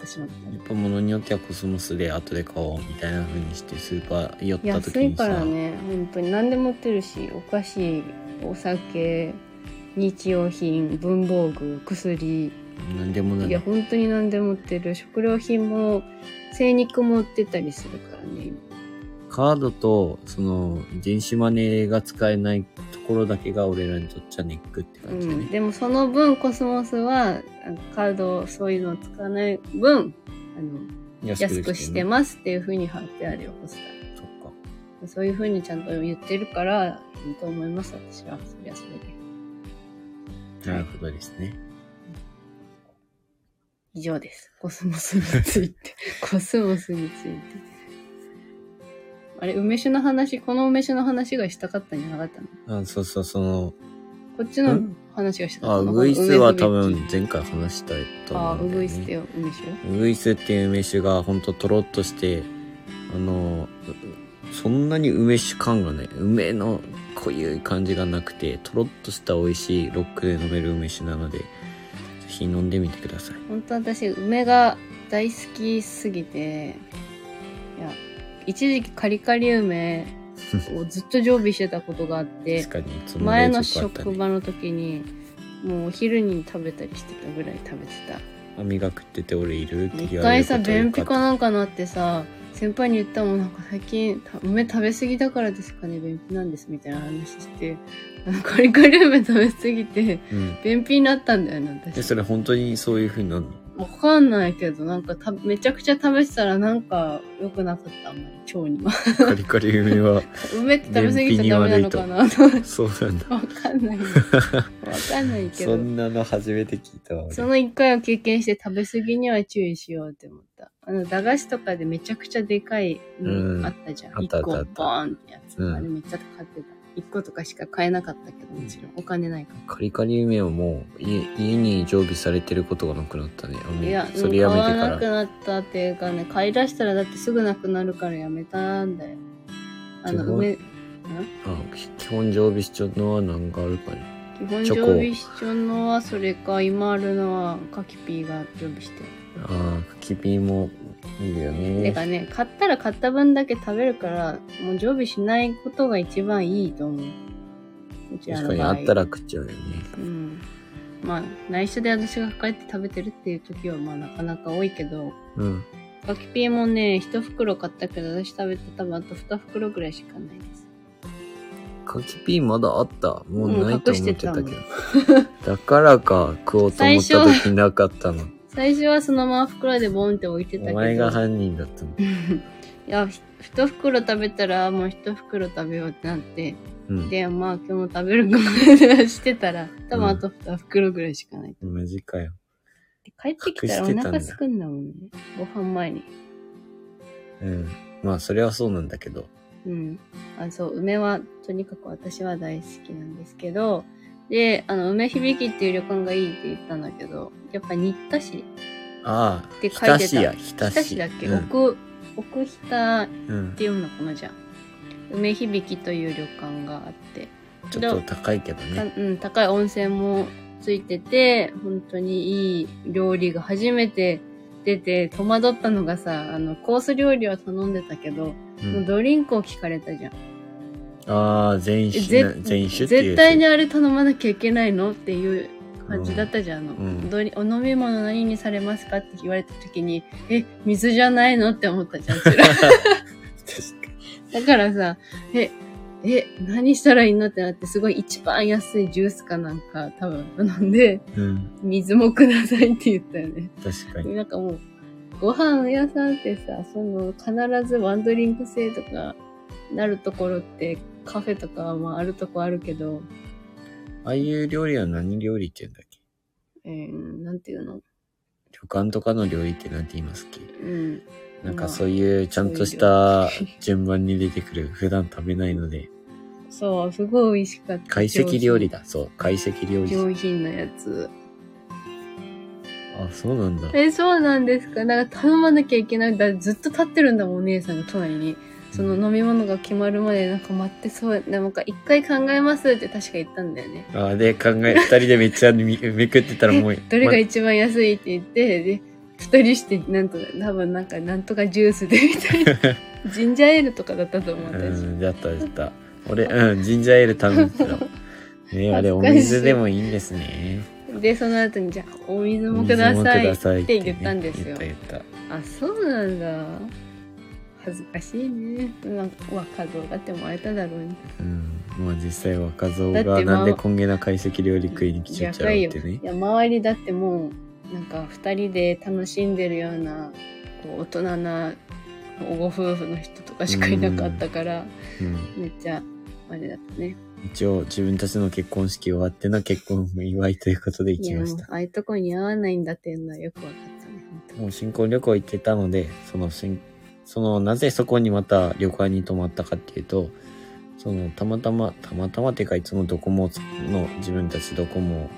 S2: け。私も。
S1: やっぱ物によってはコスモスで後で買おうみたいな風にしてスーパー寄った時
S2: 安い
S1: に
S2: か
S1: さ、
S2: らね、本当に何でも売ってるし、お菓子、お酒、日用品、文房具、薬、
S1: 何でもないい
S2: や、本当に何でも売ってる。食料品も、精肉も売ってたりするからね、今
S1: カードとその電子マネーが使えないところだけが俺らにとっちゃネックって
S2: う
S1: 感じだ
S2: ん、
S1: ね、
S2: でもその分コスモスはあのカードそういうのを使わない分あの
S1: 安
S2: 安くして
S1: も
S2: ますっていうふうに貼ってあるよポス
S1: そっか
S2: ターそういうふうにちゃんと言ってるからいいと思います私はそりゃそれで
S1: なるほどですね
S2: 以上ですコスモスについて コスモスについてあれ梅酒の話この梅酒の話がしたかったんじゃなかったの
S1: あそうそうその
S2: こっちの
S1: ん
S2: 話がしたか
S1: あ
S2: った
S1: ウ
S2: の
S1: グイスは多分
S2: 梅酒
S1: 前回話したいと
S2: あ
S1: 思う
S2: ウ
S1: んだよ、ね、
S2: グイスってよ梅酒
S1: ウグイスっていう梅酒がほんととろっとしてあのそんなに梅酒感がね梅の濃ゆい感じがなくてとろっとした美味しいロックで飲める梅酒なのでぜひ飲んでみてください
S2: 本当私梅が大好きすぎていや一時期カリカリ 梅をずっと常備してたことがあって
S1: 確かにいつも
S2: 前の
S1: 冷蔵庫あったね
S2: 職場の時にもうお昼に食べたりしてたぐらい食べてた
S1: 網が食ってて俺いるって
S2: 一
S1: 言われ
S2: 回
S1: る
S2: さ
S1: こと
S2: 便秘か
S1: な
S2: なんかなってさ先輩に言ったもんなんか最近た梅食べ過ぎだからですかね便秘なんですみたいな話してなんかカリカリ梅食べ過ぎて
S1: うん
S2: 便秘になったんだよね私
S1: でそれ本当にそういう風になるの
S2: わかんないけど、なんかためちゃくちゃ食べてたらなんか良くなかった、あんまり腸には。
S1: カリカリ梅 は
S2: 梅って食べ過ぎちゃダメなのかなと。
S1: そうなんだ
S2: わかんない。わかんないけ
S1: そ
S2: ど。
S1: んなの初めて聞いたわ俺
S2: その一回を経験して食べ過ぎには注意しようって思った。あの、駄菓子とかでめちゃくちゃでかい
S1: うん
S2: のあったじゃ
S1: あ
S2: ん。
S1: った
S2: 一個
S1: あ
S2: ボ
S1: ったあ
S2: ーンってやつ。
S1: うん
S2: あれめっちゃ買ってた。一個とかしか買えなかったけど、もちろん。お金ないから。
S1: カリカリ梅はもう家家に常備されてることがなくなったね。あの
S2: いや、
S1: それやめて
S2: 買わな
S1: か
S2: く
S1: ら。
S2: なったっていうかね、買い出したらだってすぐなくなるからやめたんだよ。あの、
S1: 基本
S2: 梅、ん
S1: あ基本常備しちゃうのは何があるかね。
S2: 基本
S1: チョ
S2: 常
S1: コ
S2: 備しちょんのはそれか、今あるのはカキピーが常備して
S1: ああ、きピーもいいよ
S2: る。てか
S1: ね。
S2: ね、買ったら買った分だけ食べるから、もう常備しないことが一番いいと思う。うちら
S1: 確
S2: の
S1: かに
S2: 場
S1: あ
S2: 合
S1: ったら。食っちゃうよね。
S2: うん。まあ、内緒で私が抱えて食べてるっていう時は、まあなかなか多いけど、
S1: うん。
S2: ガキピーもね、一袋買ったけど、私食べて多分あと二袋ぐらいしかないです。
S1: かきピーまだあった。もうないと思ってたけ
S2: うん隠
S1: ど
S2: して。
S1: だからか食おうと思った
S2: 最初
S1: 時なかったの。
S2: 最初はそのまま袋でボンって置いてたけ
S1: お
S2: ど。
S1: 前が犯人だったの。
S2: いや、ひ一袋食べたら、もう一袋食べようってなって、
S1: うん。
S2: で、まあ今日も 食べるかもしてたら、多分あと二袋ぐらいしかない。
S1: マジかよ。
S2: で帰ってきたらお
S1: 隠してたんだ
S2: 腹すくんだもんね。ご飯前に。
S1: うん。まあそれはそうなんだけど。
S2: うん。あ、そう、梅は、とにかく私は大好きなんですけど、で、あの、梅響きっていう旅館がいいって言ったんだけど、やっぱ新田市
S1: ああ、
S2: って
S1: ひ
S2: 書い
S1: た
S2: て。
S1: したや、ひた
S2: 日田
S1: し。
S2: 市だっけ、
S1: うん
S2: 奥、奥日田っ
S1: うん。
S2: て読むのかなじゃあ。梅響きという旅館があって、
S1: ちょっと高いけどね。
S2: たうん、高い温泉もついてて、本当にいい料理が初めてってて戸惑ったのがさ、あの、コース料理は頼んでたけど、
S1: う、
S2: もうんドリンクを聞かれたじゃん。
S1: ああ全
S2: え
S1: 種
S2: ぜ
S1: な全種っていう
S2: 絶対にあれ頼まなきゃいけないのっていう感じだったじゃん。あの
S1: うん
S2: どれお飲み物何にされますかって言われた時に、え、水じゃないのって思ったじゃん。うち らだからさ、え、え、何したらいいのってなって、すごい一番安いジュースかなんか多分頼んで、
S1: うん
S2: 水もくださいって言ったよね。
S1: 確かに
S2: なんかもう、ご飯屋さんってさ、その、必ずワンドリンク制とかなるところって、カフェとかはまああるとこあるけど、
S1: ああいう料理は何料理って言うんだっけ
S2: えー、なんていうの
S1: 旅館とかの料理ってなんて言いますっけ
S2: うん。
S1: なん
S2: まあ
S1: かそういうちゃんとした順番に出てくる普段食べないので
S2: そう、すごい美味しかった。
S1: 懐石料理だそう懐石料
S2: 上
S1: 理
S2: 品なやつ。
S1: あそうなんだ
S2: え、そうなんですかなんか頼まなきゃいけない。だずっと立ってるんだもん、お姉さんが隣に。その飲み物が決まるまでなんか待ってそう。なんか一回考えますって確か言ったんだよね。
S1: あで考え二人でめっちゃみめくってたらもう
S2: どれが
S1: ま
S2: 一番安いって言って、で、二人してなんとか、多分なんかなんとかジュースでみたい な。ジンジャーエールとかだったと思う、
S1: う
S2: 私。
S1: んだっただった俺うんジンジャーエール頼ん でたのねあれお水でもいいんですね
S2: で、その後にじゃあ、お水
S1: お
S2: もください
S1: 水もく
S2: っ
S1: ね
S2: て言ったんですよ。
S1: 言った言っ
S2: あそうなんだ恥ずかしいねなんか若造だってもらえただろうに
S1: たうんまあ実際若造
S2: だっ
S1: が
S2: てまあ
S1: なんでこんげな懐石料理食いに来ちゃっちゃうってね
S2: いや周りだってもうなんか2人で楽しんでるようなこう大人なご夫婦の人とかしかいなかったから
S1: うん
S2: めっちゃあれだったね
S1: 一応自分たちの結婚式終わっての結婚祝いということで行
S2: い
S1: き
S2: や
S1: ま
S2: も
S1: し
S2: う
S1: た
S2: ああいうとこに合わないんだっていうのはよく分かったね本当に
S1: もう新婚旅行行ってたので、その新、その、なぜそこにまた旅館に泊まったかっていうと、その、たまたま、たまたまってか、いつもドコモの、自分たちドコモ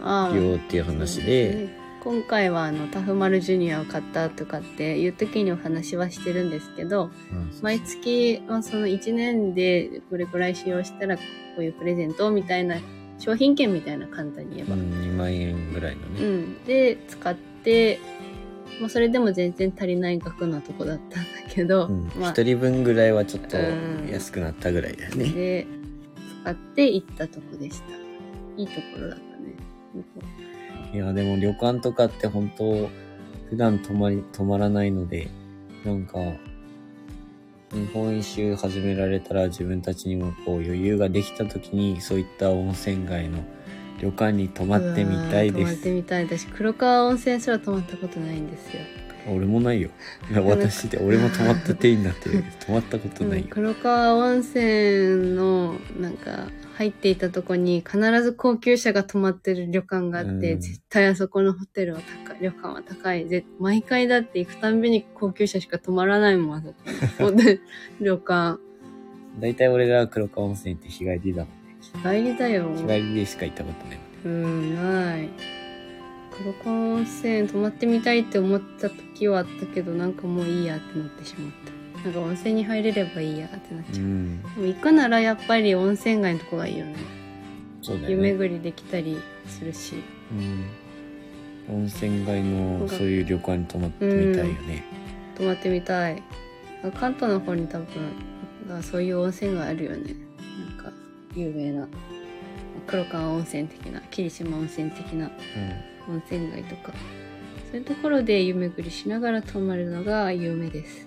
S2: ああ
S1: 利用っていう話で、
S2: 今回はあのタフマルジュニアを買ったとかっていう時にお話はしてるんですけど、
S1: うん
S2: 毎月、まあ、その1年でこれくらい使用したらこういうプレゼントみたいな商品券みたいな簡単に言え
S1: う
S2: ば、うん
S1: ん2万円ぐらいのね。
S2: で使って、まあ、それでも全然足りない額のとこだったんだけど、
S1: うん、
S2: まあ
S1: 1、人分ぐらいはちょっと
S2: うん
S1: 安くなったぐらいだよね。
S2: で使って行ったとこでしたいいところだったね
S1: いや、でも旅館とかって本当、普段泊まり、泊まらないので、なんか、日本一周始められたら自分たちにもこう余裕ができた時に、そういった温泉街の旅館に泊まってみたいで
S2: うわー泊まっ
S1: す
S2: て。みたい私黒川温泉すら泊まったことないんですよ
S1: 俺もないよ。いや私で俺も泊まった手になってるけど、泊まったことない
S2: うん
S1: よ。
S2: 黒川温泉のなんか入っていたとこに必ず高級車が泊まってる旅館があって、
S1: うん
S2: 絶対あそこのホテルは高い旅館は高いぜ毎回だって行くたんびに高級車しか泊まらないも んあそこのホテル旅館
S1: だいたい俺ら黒川温泉って日帰りだもんね。
S2: 帰りだよ
S1: 日帰りでしか行ったことない。
S2: うんない黒川温泉泊まってみたいって思った時はあったけどなんかもういいやってなってしまったなんか温泉に入れればいいやってなっちゃう
S1: うん。
S2: でも行くならやっぱり温泉街のとこがいいよね
S1: そうだ
S2: 湯
S1: よね。
S2: 巡りできたりするし、
S1: うん、温泉街
S2: なん
S1: の
S2: か
S1: そういう旅館に泊まってみたいよね、
S2: 泊まってみたい関東の方に多分あそういう温泉があるよねなんか有名な黒川温泉的な霧島温泉的な温泉街とかそういうところで湯巡りしながら泊まるのが有名です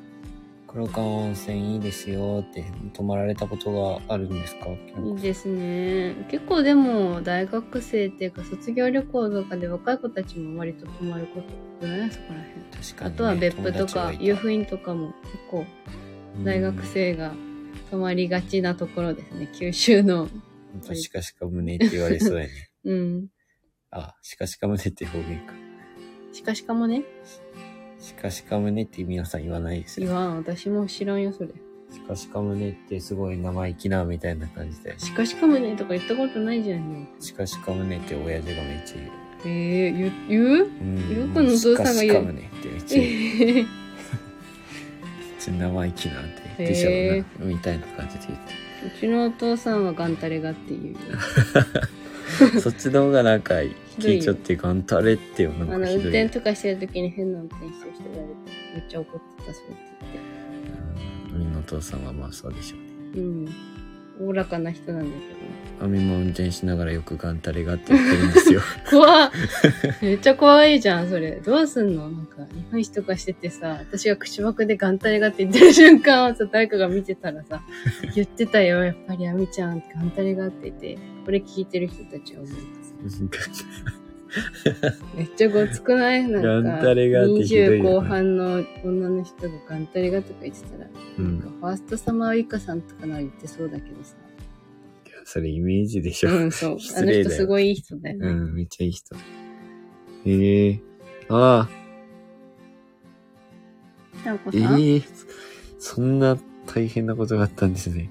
S1: 黒川温泉いいですよって泊まられたことがあるんですか、
S2: いいですね結構でも大学生っていうか卒業旅行とかで若い子たちも割と泊まることないそこら辺
S1: 確かにね、
S2: あとは別府と
S1: 友達が
S2: か
S1: いた
S2: 湯布院とかも結構大学生が泊まりがちなところですね、九州の。
S1: うんほんとしかしか胸って言われそうやね
S2: うん。
S1: あしかしか胸って方言か
S2: しかしかもね、
S1: しかしか胸って皆さん言わないです
S2: 言
S1: よ
S2: わん、私も知らんよ、それ。
S1: しかしか胸ってすごい生意気なみたいな感じで
S2: しかしかもねとか言ったことないじゃんよ。
S1: しかしか胸って親父がめっちゃ言う
S2: ええ言う言う
S1: うん
S2: よくのお父
S1: し
S2: さんが言う
S1: かしか胸ってめっちゃ言う
S2: ええ
S1: ちょっと生意気なんて言ってしょうな、みたいな感じで
S2: うちのお父さんはガンタレがっていう。
S1: 言ってそっちの方がなんか
S2: ひど
S1: 聞い
S2: い
S1: ちゃっ
S2: よ。
S1: ていうか、あんたあれってよ、なん
S2: あ
S1: か
S2: の、運
S1: ひどい。
S2: 転とかしてる時に変な運転してる人がいるめっちゃ怒ってた、そうやって言って。
S1: うんみんなお父さんはまあそうでしょうね。
S2: うん。おおらかな人なんだ
S1: あみも運転しながらよくガンタレがって言ってるん ですよ。
S2: けど。怖っめっちゃ怖いじゃん、それ。どうすんのなんか、日本酒とかしててさ、私が口ばくで眼帯がって言ってる瞬間をさ、誰かが見てたらさ、言ってたよ、やっぱりあみちゃん、眼帯がって言って、これ聞いてる人たちは思う。めっちゃごつくないなんか、
S1: ガンタレがってひどいよね
S2: 20後半の女の人がガンタレがとか言ってたら、
S1: う
S2: なんか
S1: ん。
S2: ファーストサマーウイカさんとかなら言ってそうだけどさ。
S1: それイメージでしょ。
S2: うん、そう。あ
S1: 失
S2: の
S1: 礼だよ
S2: 人すごいいい人だよね。
S1: うん、めっちゃいい人。ええああ、
S2: ひろこ
S1: ええ
S2: さん
S1: そんな大変なことがあったんですね。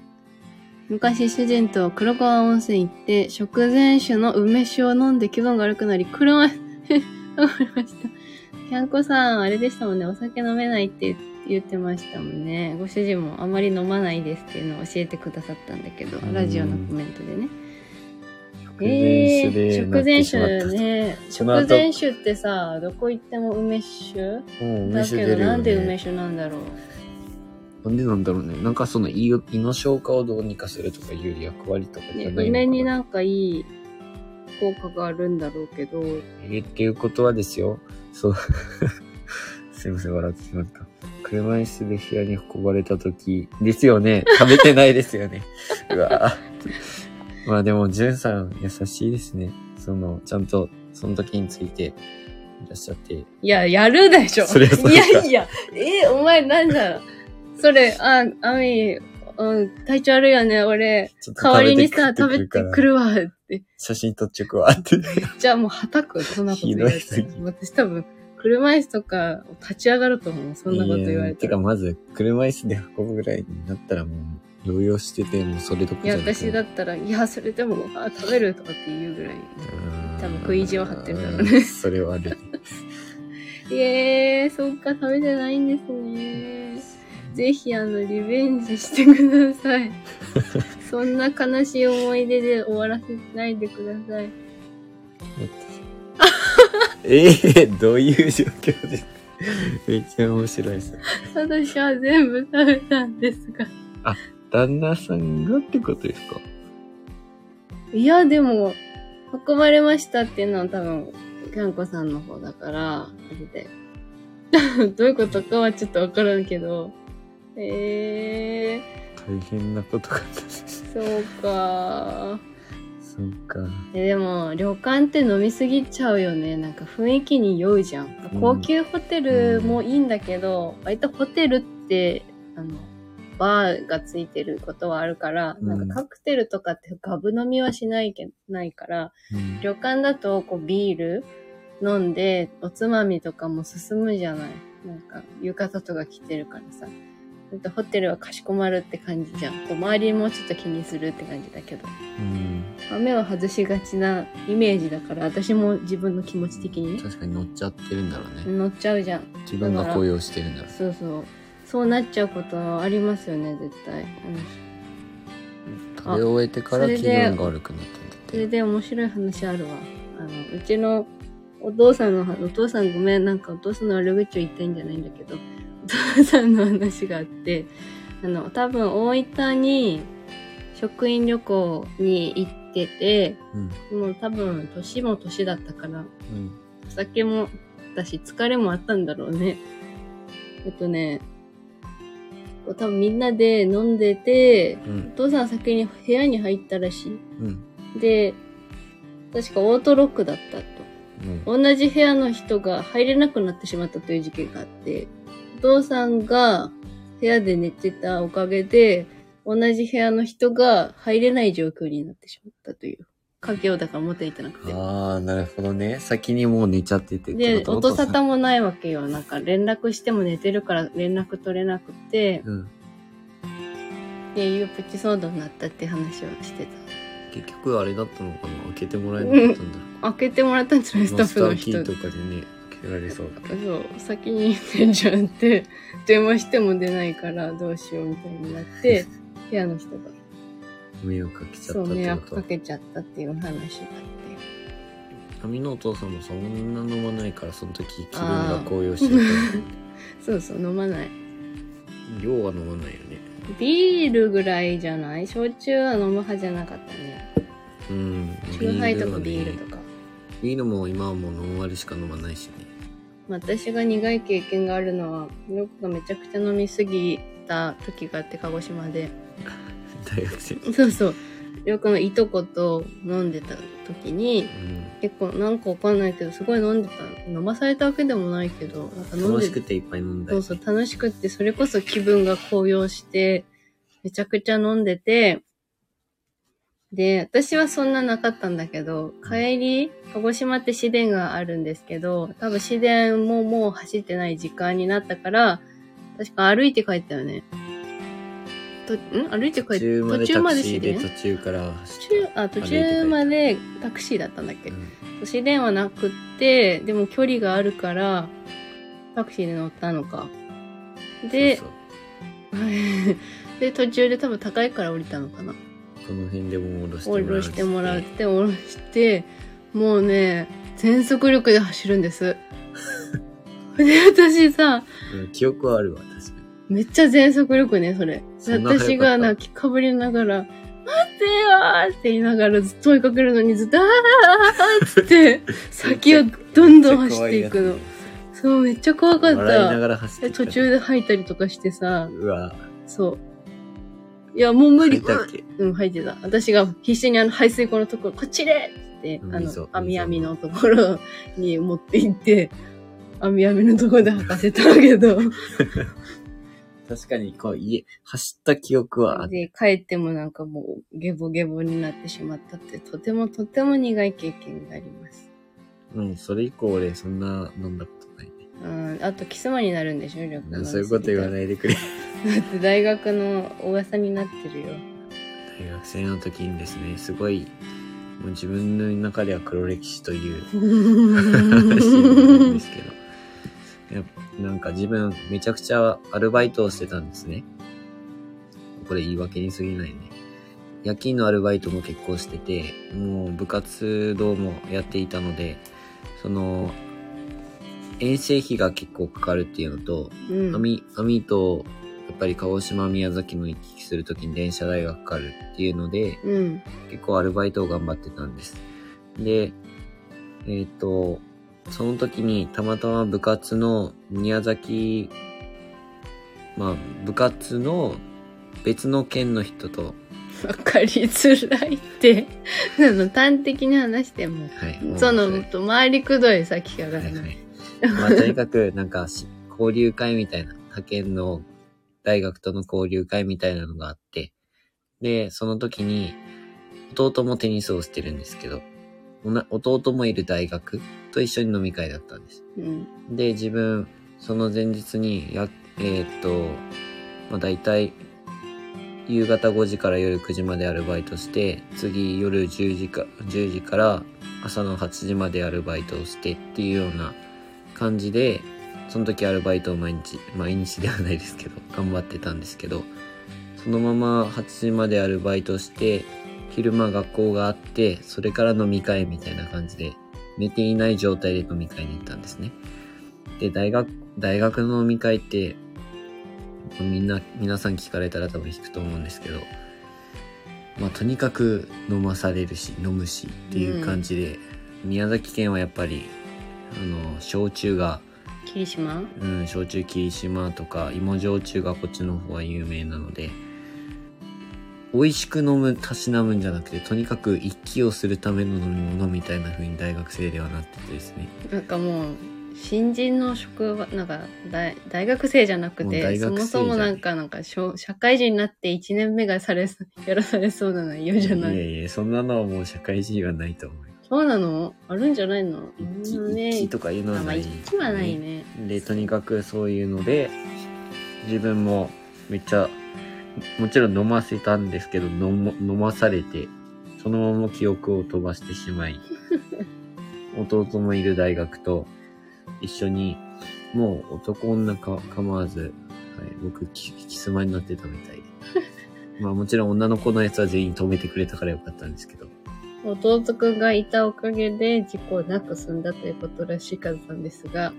S2: 昔主人と黒川温泉行って、食前酒の梅酒を飲んで気分が悪くなり、車、 わかりました。キャンコさん、あれでしたもんね、お酒飲めないって言ってましたもんね。ご主人もあまり飲まないですっていうのを教えてくださったんだけど
S1: う、ん
S2: ラジオのコメントでね。
S1: 食前酒でな
S2: 食
S1: っ
S2: 前
S1: てし
S2: 酒
S1: まったと。
S2: ね。
S1: その後
S2: 食前酒ってさ、どこ行っても梅酒
S1: もう梅
S2: だ
S1: 酒
S2: け
S1: 出
S2: ど、
S1: るよ、ね。
S2: なんで梅酒なんだろう。
S1: なんでなんだろうね。なんかその胃を胃の消化をどうにかするとかいう役割とかじ
S2: ね、
S1: ゃないのかな。
S2: 梅になんかいい効果があるんだろうけど、
S1: えーっていうことはですよ。そう。 すいません、笑ってしまった。車椅子で部屋に運ばれた時ですよね。食べてないですよね。 うわぁまあでも、じゅんさん優しいですね。その、ちゃんと、その時についていらっしゃって。
S2: いや、やるでしょ。
S1: そりゃそうだ
S2: いやいや、えお前なんだろう。それ、あ、アミ、うん、体調悪いよね、俺。
S1: ちょっと
S2: 代わりにさ、食
S1: 食べ
S2: べ
S1: て
S2: て
S1: くるから
S2: くるわって。
S1: 写真撮っちゃくわって。
S2: じゃあもう、はたく、そんなこと言われ
S1: ひどい
S2: て
S1: す。
S2: 私多分、車椅子とか立ち上がると思う。そんなこと言わ
S1: い
S2: れ
S1: やて
S2: て。
S1: か、まず、車椅子で運ぶぐらいになったらもう、動揺してて、もうそれどこ
S2: い
S1: ろじ
S2: や、
S1: ゃなく
S2: 私だったら、いや、それでも、あ、食べるとかって言うぐらい。多分食い意地を張ってるからね
S1: ね。 それはある。
S2: ええー、そっか、食べてないんですね。ぜひ、あの、リベンジしてください。そんな悲しい思い出で終わらせないでください。
S1: ええどういう状況ですかめっちゃ面白いです。
S2: 私は全部食べたんですが。
S1: 旦那さんがってことですか
S2: いや、でも、運ばれましたっていうのは多分、キャンコさんの方だから、あれで。 どういうことかはちょっとわからんけど。ええ
S1: 大変なことがあったんです。
S2: ー、そうか
S1: そうか。
S2: えでも旅館って飲みすぎちゃうよねなんか雰囲気に酔うじゃん
S1: うん
S2: 高級ホテルもいいんだけど、割とホテルってあのバーがついてることはあるから、
S1: うん
S2: なんかカクテルとかってガブ飲みはしないけないから
S1: うん
S2: 旅館だとこうビール飲んでおつまみとかも進むじゃないなんか浴衣とか着てるからさだってホテルはかしこまるって感じじゃんこう周りもちょっと気にするって感じだけど
S1: うん。
S2: 目を外しがちなイメージだから私も自分の気持ち的にね
S1: 確かに乗っちゃってるんだろうね。
S2: 乗っちゃうじゃん
S1: 自分が高揚してるんだろう。
S2: そうそうそうなっちゃうことはありますよね絶対、うん
S1: 食べ終えてから
S2: そ
S1: 気
S2: れで
S1: 分が悪くなったんだっ
S2: それ
S1: て。
S2: で面白い話あるわあのうちのお父さんのお父さんごめんなんかお父さんの悪口を言いたいんじゃないんだけどお父さんの話があってあの多分大分に職員旅行に行ってて
S1: うん。
S2: もう多分年も年だったから
S1: うん。
S2: お酒もだし、疲れもあったんだろうね。えっとね、こう多分みんなで飲んでて、
S1: う
S2: お
S1: ん。
S2: 父さん先に部屋に入ったらし
S1: うん。
S2: い。で、確かオートロックだったと。
S1: うん。
S2: 同じ部屋の人が入れなくなってしまったという事件があって、お父さんが部屋で寝てたおかげで、同じ部屋の人が入れない状況になってしまったという。家計をだから持っていてなくて。
S1: ああ、なるほどね。先にもう寝ちゃっててって
S2: で、
S1: こと
S2: 音沙汰もないわけよ。なんか連絡しても寝てるから連絡取れなくて、
S1: うん。
S2: っていうプチ騒動になったって話をして
S1: 結局あれだったのかな開けてもらえなかったんだろう。
S2: た。開けてもらったんじゃないスタ
S1: マ
S2: ッ
S1: スタ
S2: フの
S1: ーキ
S2: 人
S1: ーと。かでね、開けられそうだけど。
S2: そう、先に言ってんじゃんって、電話しても出ないからどうしようみたいにな って、部屋の人が、
S1: 迷惑かけちゃ
S2: そ
S1: っ
S2: う、
S1: たっ
S2: 迷
S1: て
S2: 惑
S1: こと
S2: かけちゃったっていう話があって。
S1: みのお父さんもそんな飲まないからその時気分が高揚してた
S2: そうそう飲まない
S1: 量は飲まないよね
S2: ビールぐらいじゃない焼酎は飲む派じゃなかったね
S1: うん
S2: 酎ハイとかビ
S1: ビ
S2: ー
S1: ー
S2: ル
S1: ルはね
S2: とか、
S1: ビールも今はもうノンアルしか飲まないし ね
S2: まあ私が苦い経験があるのはよくがめちゃくちゃ飲みすぎた時があって鹿児島で
S1: 大学生
S2: そうそうよくのいとこと飲んでた時に
S1: うん
S2: 結構なんかわかんないけどすごい飲んでた飲まされたわけでもないけどなんか飲んで
S1: 楽しくていっぱい飲んだ
S2: そう
S1: り
S2: そう、楽しくって、それこそ気分が高揚して、めちゃくちゃ飲んでて、で、私はそんななかったんだけど、帰り、鹿児島って市電があるんですけど、多分市電ももう走ってない時間になったから、確か歩いて帰ったよね。と、ん歩いて帰
S1: 途
S2: っ
S1: 中ま
S2: 途
S1: で
S2: 中
S1: タ
S2: ま
S1: ク
S2: で
S1: シー
S2: 市
S1: で
S2: 電
S1: 途
S2: 途
S1: 中から走
S2: 中
S1: っ、
S2: あ、途
S1: 歩いて帰っ
S2: 中
S1: た
S2: までタクシーだったんだっけ
S1: たうん
S2: 都市電はなくって、でも距離があるから、タクシーで乗ったのか。で、
S1: そう
S2: で、途中で多分高いから降りたのかな。
S1: そうこの辺でもう
S2: 降
S1: 下ろ
S2: ろ
S1: し
S2: してて
S1: も
S2: も
S1: ら
S2: ら
S1: う
S2: っ
S1: って
S2: て、降ろして、もうね、全速力で走るん です。で、私さ、
S1: うん記憶はあるわ確かに
S2: めっちゃ全速力ね、それ。
S1: そんな速かった
S2: 私が泣きかぶりながら、待ってよーって言いながらずっと追いかけるのにずっと、あーっ つって、先をどんどん走っていくの。そう、めっちゃ怖かっ
S1: 笑いな
S2: た。
S1: がら走って
S2: え
S1: いく
S2: 途中で吐いたりとかしてさ、
S1: うわ
S2: そう。いや、もう無
S1: 無
S2: 理。
S1: 理だっけ
S2: うん、入ってた。私が必死にあの排水溝のところ、こっちでって
S1: う、ん
S2: あ
S1: 溝
S2: の、網網のところに持って行って、網網のところで履かせたけど、
S1: 確かにこう家走った記憶はある
S2: で、帰ってもなんかもう、ゲボゲボになってしまったって、とてもとても苦い経験があります。
S1: うんそれ以降俺そんな飲んだことないね
S2: うん、あと、キスマになるんでしょ、旅行
S1: なそういうこと言わ
S2: い。
S1: ないでくれ
S2: だって大学の噂になってるよ。
S1: 大学生の時にですねすごいもう自分の中では黒歴史という話なんですけ ど。いやなんか自分めちゃくちゃアルバイトをしてたんですね。これ言い訳に過ぎないね。夜勤のアルバイトも結構してて、もう部活動もやっていたので、その、遠征費が結構かかるっていうのと、
S2: うん、
S1: 網、網と、やっぱり鹿児島、宮崎も行き来するときに電車代がかかるっていうので、
S2: うん。
S1: 結構アルバイトを頑張ってたんです。で、えっ、と、その時にたまたま部活の宮崎、まあ部活の別の県の人と、
S2: わかりづらいって。あの、端的に話しても。
S1: はい。
S2: その、
S1: は
S2: も
S1: い
S2: っと回りくどい、さっきから
S1: は
S2: の。
S1: い。まあとにかくなんかし交流会みたいな、他県の大学との交流会みたいなのがあって、で、その時に、弟もテニスをしてるんですけど、おな弟もいる大学と一緒に飲み会だったんです。
S2: うん。
S1: で、自分、その前日に、や、えーっと、まあ、大体、夕方5時から夜9時までアルバイトして、次夜10時か、10時から朝の8時までアルバイトをしてっていうような感じで、その時アルバイトを毎日、毎日ではないですけど、頑張ってたんですけど、そのまま8時までアルバイトして、昼間学校があって、それから飲み会みたいな感じで、寝ていない状態で飲み会に行ったんですね。で、大学、大学の飲み会って、みんな、皆さん聞かれたら多分引くと思うんですけど、まあ、とにかく飲まされるし、飲むしっていう感じで、宮崎県はやっぱり、あの、焼酎が、
S2: 霧島
S1: うん、焼酎霧島とか芋焼酎がこっちの方は有名なので美味しく飲むたしなむんじゃなくてとにかく一気をするための飲み物みたいな風に大学生ではなっててですね
S2: なんかもう、新人の職場、なんか大、大学生じゃなく
S1: もう大
S2: て、そ
S1: 学
S2: も
S1: 生
S2: そも
S1: じゃん
S2: なんか、なんか、しょ社会人になって1年目がされそう、やらされそうなの嫌じゃないい
S1: えいえそんなのはもう社会人はないと思うよ
S2: そうなのあるんじゃないの
S1: 一
S2: あんな
S1: 気一気とかいうの
S2: あ
S1: は
S2: ま
S1: な
S2: あ、
S1: い、
S2: 一気はないね。
S1: でとにかくそういうので自分もめっちゃもちろん飲ませたんですけど飲も飲まされてそのまま記憶を飛ばしてし まい弟もいる大学と一緒にもう男女か構わず、はい、僕キキスマにな ってたみたいでまあもちろん女の子のやつは全員止めてくれたからよかったんですけど
S2: 弟くんがいたおかげで事故なく済んだということらしかったんですが、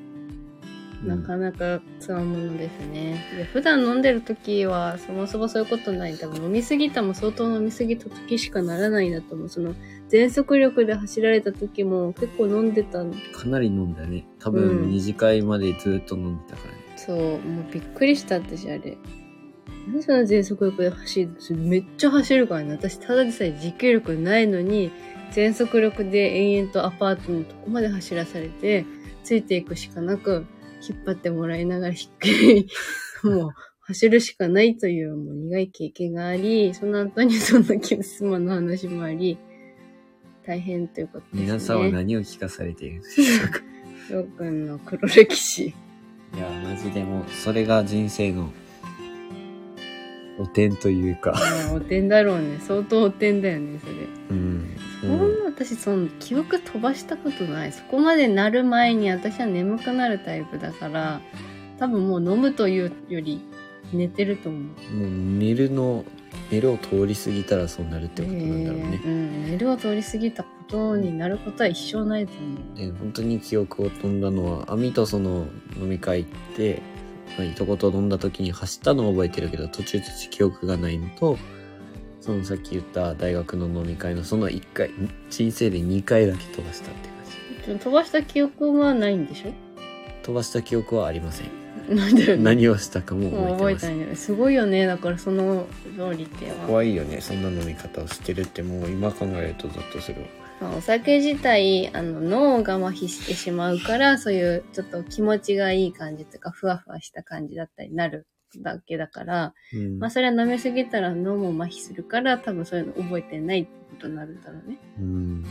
S2: なかなかつわものですね。で普段飲んでる時はそもそもそういうことない。多分飲みすぎたも相当飲みすぎた時しかならないんだと思う。その全速力で走られた時も結構飲んでたん
S1: かなり飲んだね多
S2: うん
S1: 分二次会までずっと飲んでたからね、
S2: そう、もうびっくりした私あれ。何その全速力で走るめっちゃ走るからね。私ただでさえ持久力ないのに、全速力で延々とアパートのとこまで走らされて、ついていくしかなく、引っ張ってもらいながらひっくり、もう走るしかないというもう苦い経験があり、その後にそんなキスマンの話もあり、大変ということですね。
S1: 皆さんは何を聞かされている
S2: りょうくんの黒歴史。
S1: いやマジでもうそれが人生の汚点というか
S2: まあおてんだろうね。相当おてんだよね、それ。
S1: うん、
S2: そんな私その記憶飛ばしたことないそこまでなる前に私は眠くなるタイプだから多分もう飲むというより寝てると思う
S1: もう寝るの寝るを通り過ぎたらそうなるってことなんだろうね
S2: えー、うん、寝るを通り過ぎたことになることは一生ないと思う
S1: で本当に記憶を飛んだのは網とその飲み会行って、まあ、いとこと飲んだ時に走ったのを覚えてるけど途中途中記憶がないのとそのさっき言った大学の飲み会のその1回ん人生で2回だけ飛ばしたって感じ
S2: ちょ飛ばした記憶はないんでしょ
S1: 飛ばした記憶はありません
S2: なん だよね
S1: 何をしたかも
S2: もう
S1: 覚
S2: 覚
S1: え
S2: え
S1: て
S2: た
S1: ま
S2: んだよねすごいよねだからその料理って
S1: す怖いよねそんな飲み方をしてるってもう今考えるとゾッとするわ
S2: まあ、お酒自体あの脳が麻痺してしまうからそういうちょっと気持ちがいい感じとかふわふわした感じだったりなるだけだから、
S1: うん
S2: まあ、それは飲みすぎたら脳も麻痺するから多分そういうの覚えてないってことになるんだろうね
S1: うん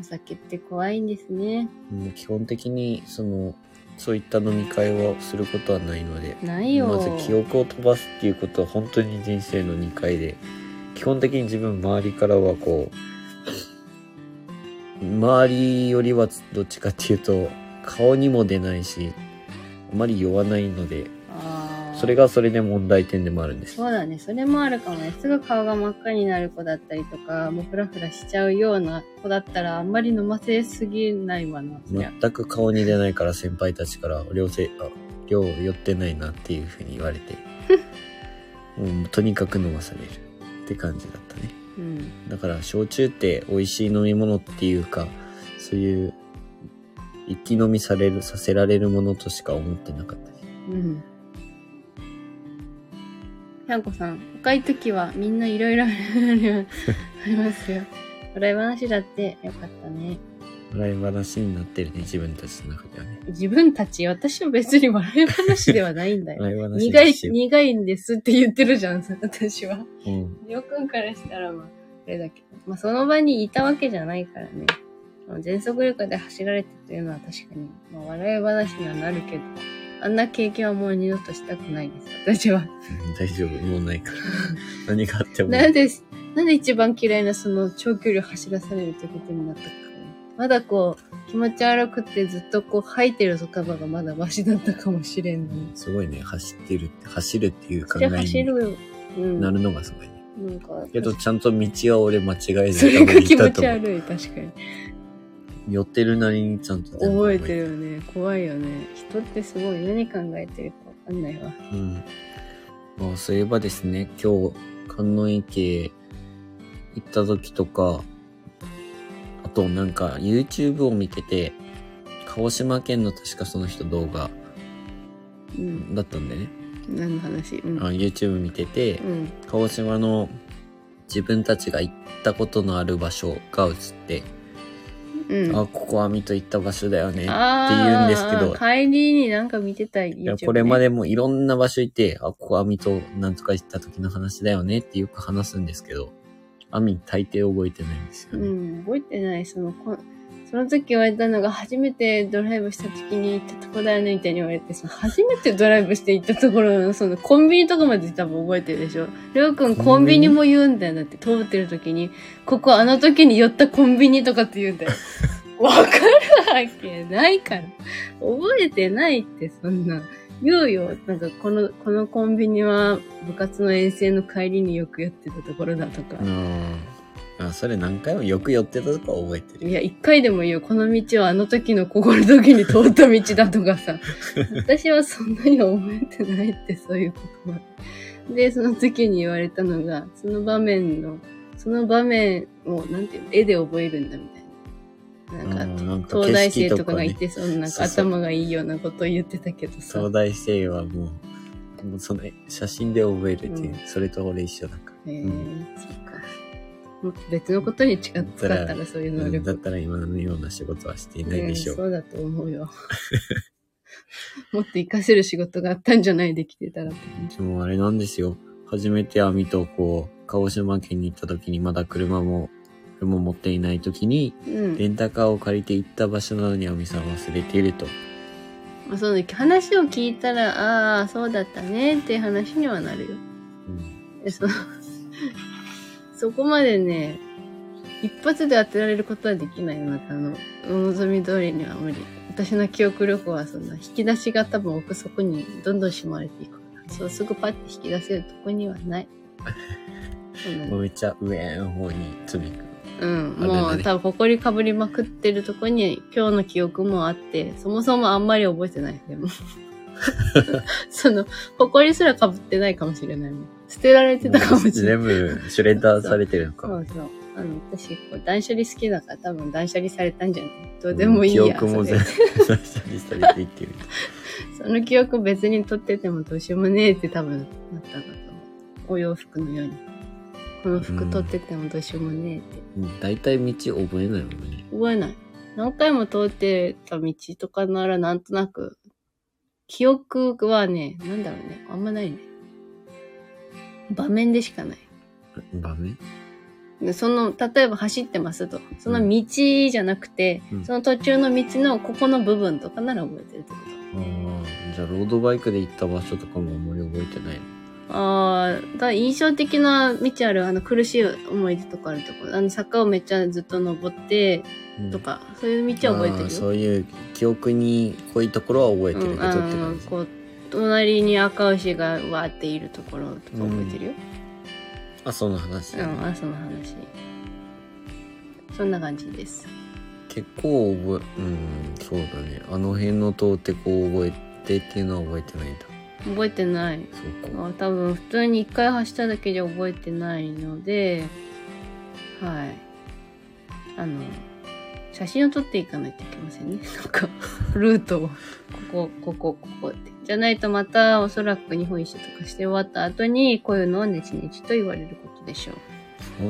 S2: お酒って怖いんですね
S1: もう基本的にそのそういった飲み会をすることはないので
S2: ないよ
S1: まず記憶を飛ばすっていうことは本当に人生の2回で基本的に自分周りからはこう周りよりはどっちかっていうと顔にも出ないしあまり酔わないので
S2: あー
S1: それがそれで問題点でもあるんです
S2: そうだねそれもあるかもねすぐ顔が真っ赤になる子だったりとかもうフラフラしちゃうような子だったらあんまり飲ませすぎないわなそりゃ
S1: 全く顔に出ないから先輩たちから量せあ量酔ってないなっていうふうに言わ れてもうとにかく飲まされるって感じだったね
S2: うん
S1: だから焼酎って美味しい飲み物っていうかそういう一気飲みされるさせられるものとしか思ってなかったね
S2: うん。ひゃんこさん、若い時はみんないろいろある ありますよ。笑い話だってよかったね。
S1: 笑い話になってるね自分たちの中ではね
S2: 自分たち、私は別に笑い話ではないんだよ。
S1: 笑い話
S2: 苦い、
S1: よう
S2: 苦いんですって言ってるじゃん、私は。
S1: うん
S2: りょうくんからしたらまあ、あれだけど。まあ、その場にいたわけじゃないからね。全速力で走られてというのは確かに、まあ、笑い話にはなるけど、あんな経験はもう二度としたくないです、私は。
S1: うん大丈夫もうない から何があっても
S2: なんで、なんで一番嫌いなその長距離を走らされるってことになったか。まだこう、気持ち悪くてずっとこう吐いてるカバがまだマシだったかもしれんのに。
S1: すごいね走ってるって走るっていう考
S2: じ
S1: え
S2: ゃ走
S1: に
S2: る、うん。
S1: な
S2: なん
S1: るのがすごいね
S2: か、
S1: け どちゃんと道は俺間違えない
S2: それが気持ち
S1: う
S2: 悪い、確かに。
S1: 寄ってるなりにちゃんと全部
S2: 覚えてるよね。怖いよね。人ってすごい何考えてるかわかんないわ。
S1: うん。まあ、そういえばですね、今日、観音池行った時とか、あとなんか YouTube を見てて、鹿児島県の確かその人動画
S2: うん。
S1: だったんでね、
S2: 何の話うん。
S1: あ YouTube 見てて
S2: う、ん。
S1: 鹿児島の自分たちが行ったことのある場所が映って、
S2: うん。
S1: あ、ここは水戸行った場所だよね。
S2: あー
S1: って言うんですけど
S2: あー帰りになんか見てた YouTube ね、
S1: いやこれまでもいろんな場所行って、あ、ここアミとなんとか行った時の話だよねってよく話すんですけど、アミ大抵覚えてないんですよ
S2: う
S1: ね。
S2: ん、覚えてない。その、こその時言われたのが、初めてドライブした時に行ったとこだよね、みたいに言われて、その初めてドライブして行ったところの、その、コンビニとかまで多分覚えてるでしょ。りょうくん、コンビニも言うんだよ。だって、通ってる時に、ここあの時に寄ったコンビニとかって言うんだよ。わかるわけないから。覚えてないって、そんな。言うよ。なんか、この、このコンビニは部活の遠征の帰りによく寄ってたところだとか。
S1: あーあ、それ何回もよく寄ってたとか覚えてる。
S2: いや、一回でも言う。この道はあの時のここの時に通った道だとか さ。私はそんなに覚えてないって、そういう言葉。で、その時に言われたのが、その場面の、その場面を、なんていうの、絵で覚えるんだみたいな。なんか、
S1: うんなんか
S2: 東大生
S1: 景色
S2: とかが言っ
S1: ね。
S2: てそうな、なん
S1: そ
S2: か
S1: うそう
S2: 頭がいいようなこと言ってたけどさ。
S1: 東大生はもう、もうその写真で覚えるっていう、それと俺一緒だか
S2: へえ、
S1: う
S2: そっか。もっと別のことに近使ったらそういう
S1: ら。
S2: 能
S1: だっ
S2: 力
S1: たら今のような仕事はしていない
S2: ね
S1: でしょう。
S2: そうだと思うよ。もっと活かせる仕事があったんじゃないできてたらって感じ。
S1: でもあれなんですよ。初めて網とこう、鹿児島県に行った時にまだ車も、車持っていない時に、
S2: うん。
S1: レンタカーを借りて行った場所なのに網さんは忘れていると。
S2: まあ、そうだけど話を聞いたら、ああ、そうだったねって話にはなるよ。
S1: うん。
S2: えその そこまでね、一発で当てられることはできないよ、またあの、お望み通りには無理。私の記憶力はそんな引き出しが多分奥底にどんどんしまれていくから、そうすぐパッて引き出せるとこには ない。そうなの
S1: もうめっちゃ上の方に積み
S2: うん、
S1: あれ
S2: も
S1: だ
S2: う
S1: ね
S2: 多分埃かぶりまくってるとこに今日の記憶もあって、そもそもあんまり覚えてない。でも。その、埃すらかぶってないかもしれないもん。捨てられてたかもしれない。
S1: 全部シュレッダーされてるのか
S2: そ
S1: も
S2: うそう。あの、私、こう断捨離好きだから多分断捨離されたんじゃないどうでもいいや。
S1: 記憶も
S2: そ
S1: 全
S2: れ
S1: 部断捨離されていってる
S2: その記憶別に取っててもどうしようもねえって多分なったんだと思う。お洋服のように。この服取っててもどうしようもねえって。
S1: うん大体道覚えないもんね
S2: 覚えない。何回も通ってた道とかならなんとなく、記憶はね、なんだろうね、あんまないね。場面でしかない。
S1: 場面
S2: でその、例えば走ってますと。その道じゃなくて、
S1: うん
S2: その途中の道のここの部分とかなら覚えてるってこ
S1: ああじゃあロードバイクで行った場所とかもあんまり覚えてない
S2: と。ああ、だから印象的な道ある、あの苦しい思い出とかあるとこ。あの坂をめっちゃずっと登って、
S1: の
S2: とか、そういう道は覚え
S1: あ
S2: てる
S1: あ
S2: よ。
S1: そういう記憶に濃いところは覚えてるけどって
S2: うんあ
S1: 感
S2: の
S1: じ、
S2: こう隣に赤牛がわーっているところとか覚えてるよ、
S1: あその話、
S2: うん朝の話そんな感じです
S1: 結構覚えうんそうだねあの辺の通ってこう覚えてっていうのは覚えてないんだ
S2: 覚えてない
S1: そうか
S2: あ多分普通に一回走っただけじゃ覚えてないのではいあの写真を撮っていかないといけませんね なんかルートをここここここってじゃないとまたおそらく日本一周とかして終わった後にこういうのをネチネチと言われることでしょう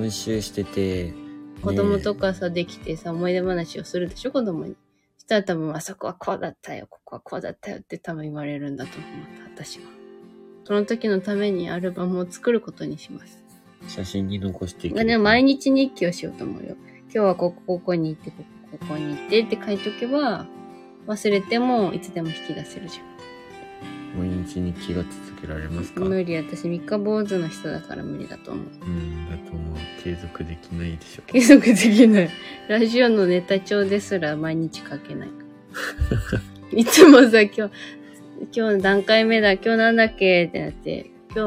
S1: 本集してて
S2: 子供とかさ、できてさ、思い出話をするでしょ、子供に。そしたら多分、あそこはこうだったよ、ここはこうだったよって多分言われるんだと思った、私は。その時のためにアルバムを作ることにします。
S1: 写真に残してい
S2: まあでも毎日日記をしようと思うよ。今日はここ、ここに行って、ここ、ここに行ってって書いとけば、忘れてもいつでも引き出せるじ
S1: 毎日に気が続けられます
S2: ゃ
S1: か
S2: ん。無理、私三日坊主の人だから無理だと思う。
S1: うんだともう継続できないでしょ
S2: 継続できない。ラジオのネタ帳ですら毎日書けない。いつもさ、今日、今日何回目だ、今日なんだっけってなって、今日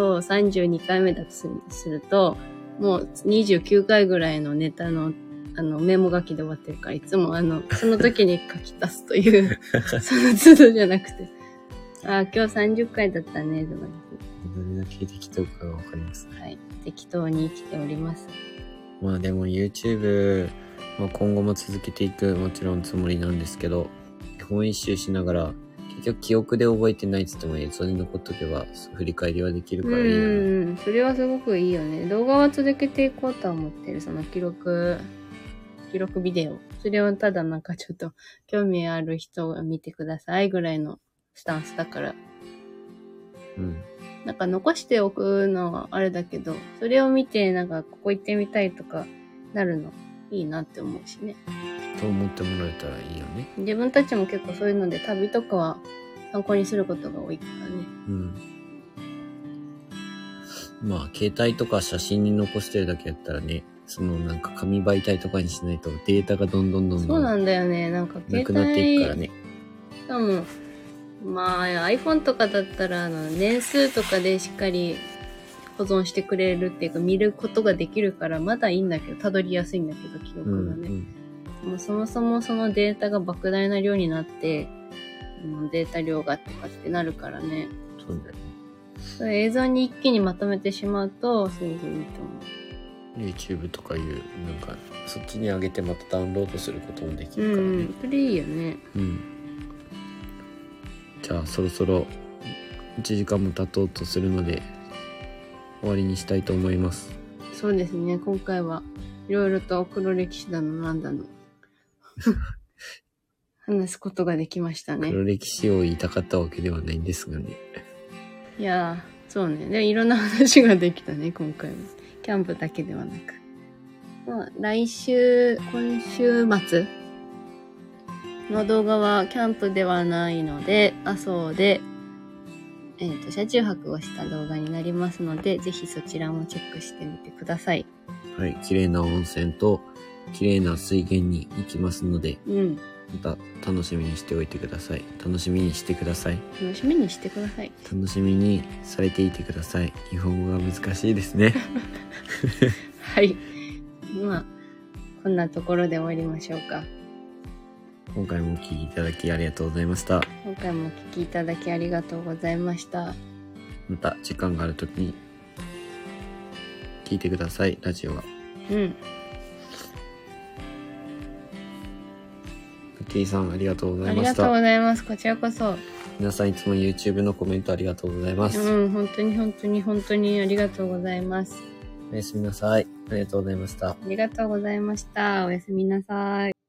S2: 32回目だとするすると、もう29回ぐらいのネタの、あの、メモ書きで終わってるから、いつもあの、その時に書き足すという、その都度じゃなくて、ああ、今日30回だったね、とか
S1: どれだけできたかがわかりますね
S2: はい。適当に生きております。
S1: まあでも YouTube、まあ、今後も続けていくもちろんつもりなんですけど基本一周しながら結局記憶で覚えてないっつっても映像に残っとけば振り返りはできるからいいよ
S2: うん
S1: ね
S2: うんうんそれはすごくいいよね動画は続けていこうとは思ってるその記録記録ビデオそれをただなんかちょっと興味ある人が見てくださいぐらいのスタンスだから
S1: うん
S2: なんか残しておくのはあれだけどそれを見てなんかここ行ってみたいとかなるのいいなって思うしね
S1: と思ってもらえたらいいよね
S2: 自分たちも結構そういうので旅とかは参考にすることが多いからね
S1: うんまあ携帯とか写真に残してるだけやったらねそのなんか紙媒体とかにしないとデータがどんどんどん
S2: そ
S1: ど
S2: うんな
S1: なん
S2: だよねなんか携帯
S1: くなっていくからね
S2: しかも、まあ iPhone とかだったらあの年数とかでしっかり保存してくれるっていうか見ることができるからまだいいんだけど、たどりやすいんだけど、記
S1: うん
S2: 憶がね。
S1: うん
S2: もうそもそもそのデータが莫大な量になって、あのデータ量がとかってなるからね。
S1: そうだよね
S2: それ映像に一気にまとめてしまうと、すごくいいと思う。
S1: YouTube とかいうなんかそっちに上げてまたダウンロードすることもでき
S2: う
S1: るからね
S2: ん、それいいよね。
S1: うん、じゃあそろそろ1時間も経とうとするので終わりにしたいと思います
S2: そうですね、今回はいろいろと黒歴史だのなんだの。話すことができましたね。
S1: 黒歴史を言いたかったわけではないんですがね
S2: いやー、そうね。で、いろんな話ができたね、今回も。キャンプだけではなく。まあ、来週、今週末の動画はキャンプではないので、阿蘇で、えっ、と、車中泊をした動画になりますので、ぜひそちらもチェックしてみてください。
S1: はい綺麗な温泉と綺麗な水源に行きますので
S2: うん。
S1: また楽しみにしておいてください楽しみにしてください
S2: 楽しみにしてください。
S1: 楽しみにされていてください日本語が難しいです ね
S2: はい。まあ、こんなところで終わりましょうか。
S1: 今回もお聴きいただきありがとうございました
S2: 今回もお聞きいただきありがとうございました。
S1: また時間があるときに聞いてくださいラジオは
S2: うん。
S1: プッキーさんありがとうござ
S2: あ
S1: い
S2: り
S1: ま
S2: が
S1: し
S2: とう
S1: た
S2: ございます。こちらこそ。
S1: 皆さんいつも YouTube のコメントありがとうございます、
S2: うん、本当に本当に本当にありがとうございます。
S1: おやすみなさいありがとうございました
S2: ありがとうございました。おやすみなさい。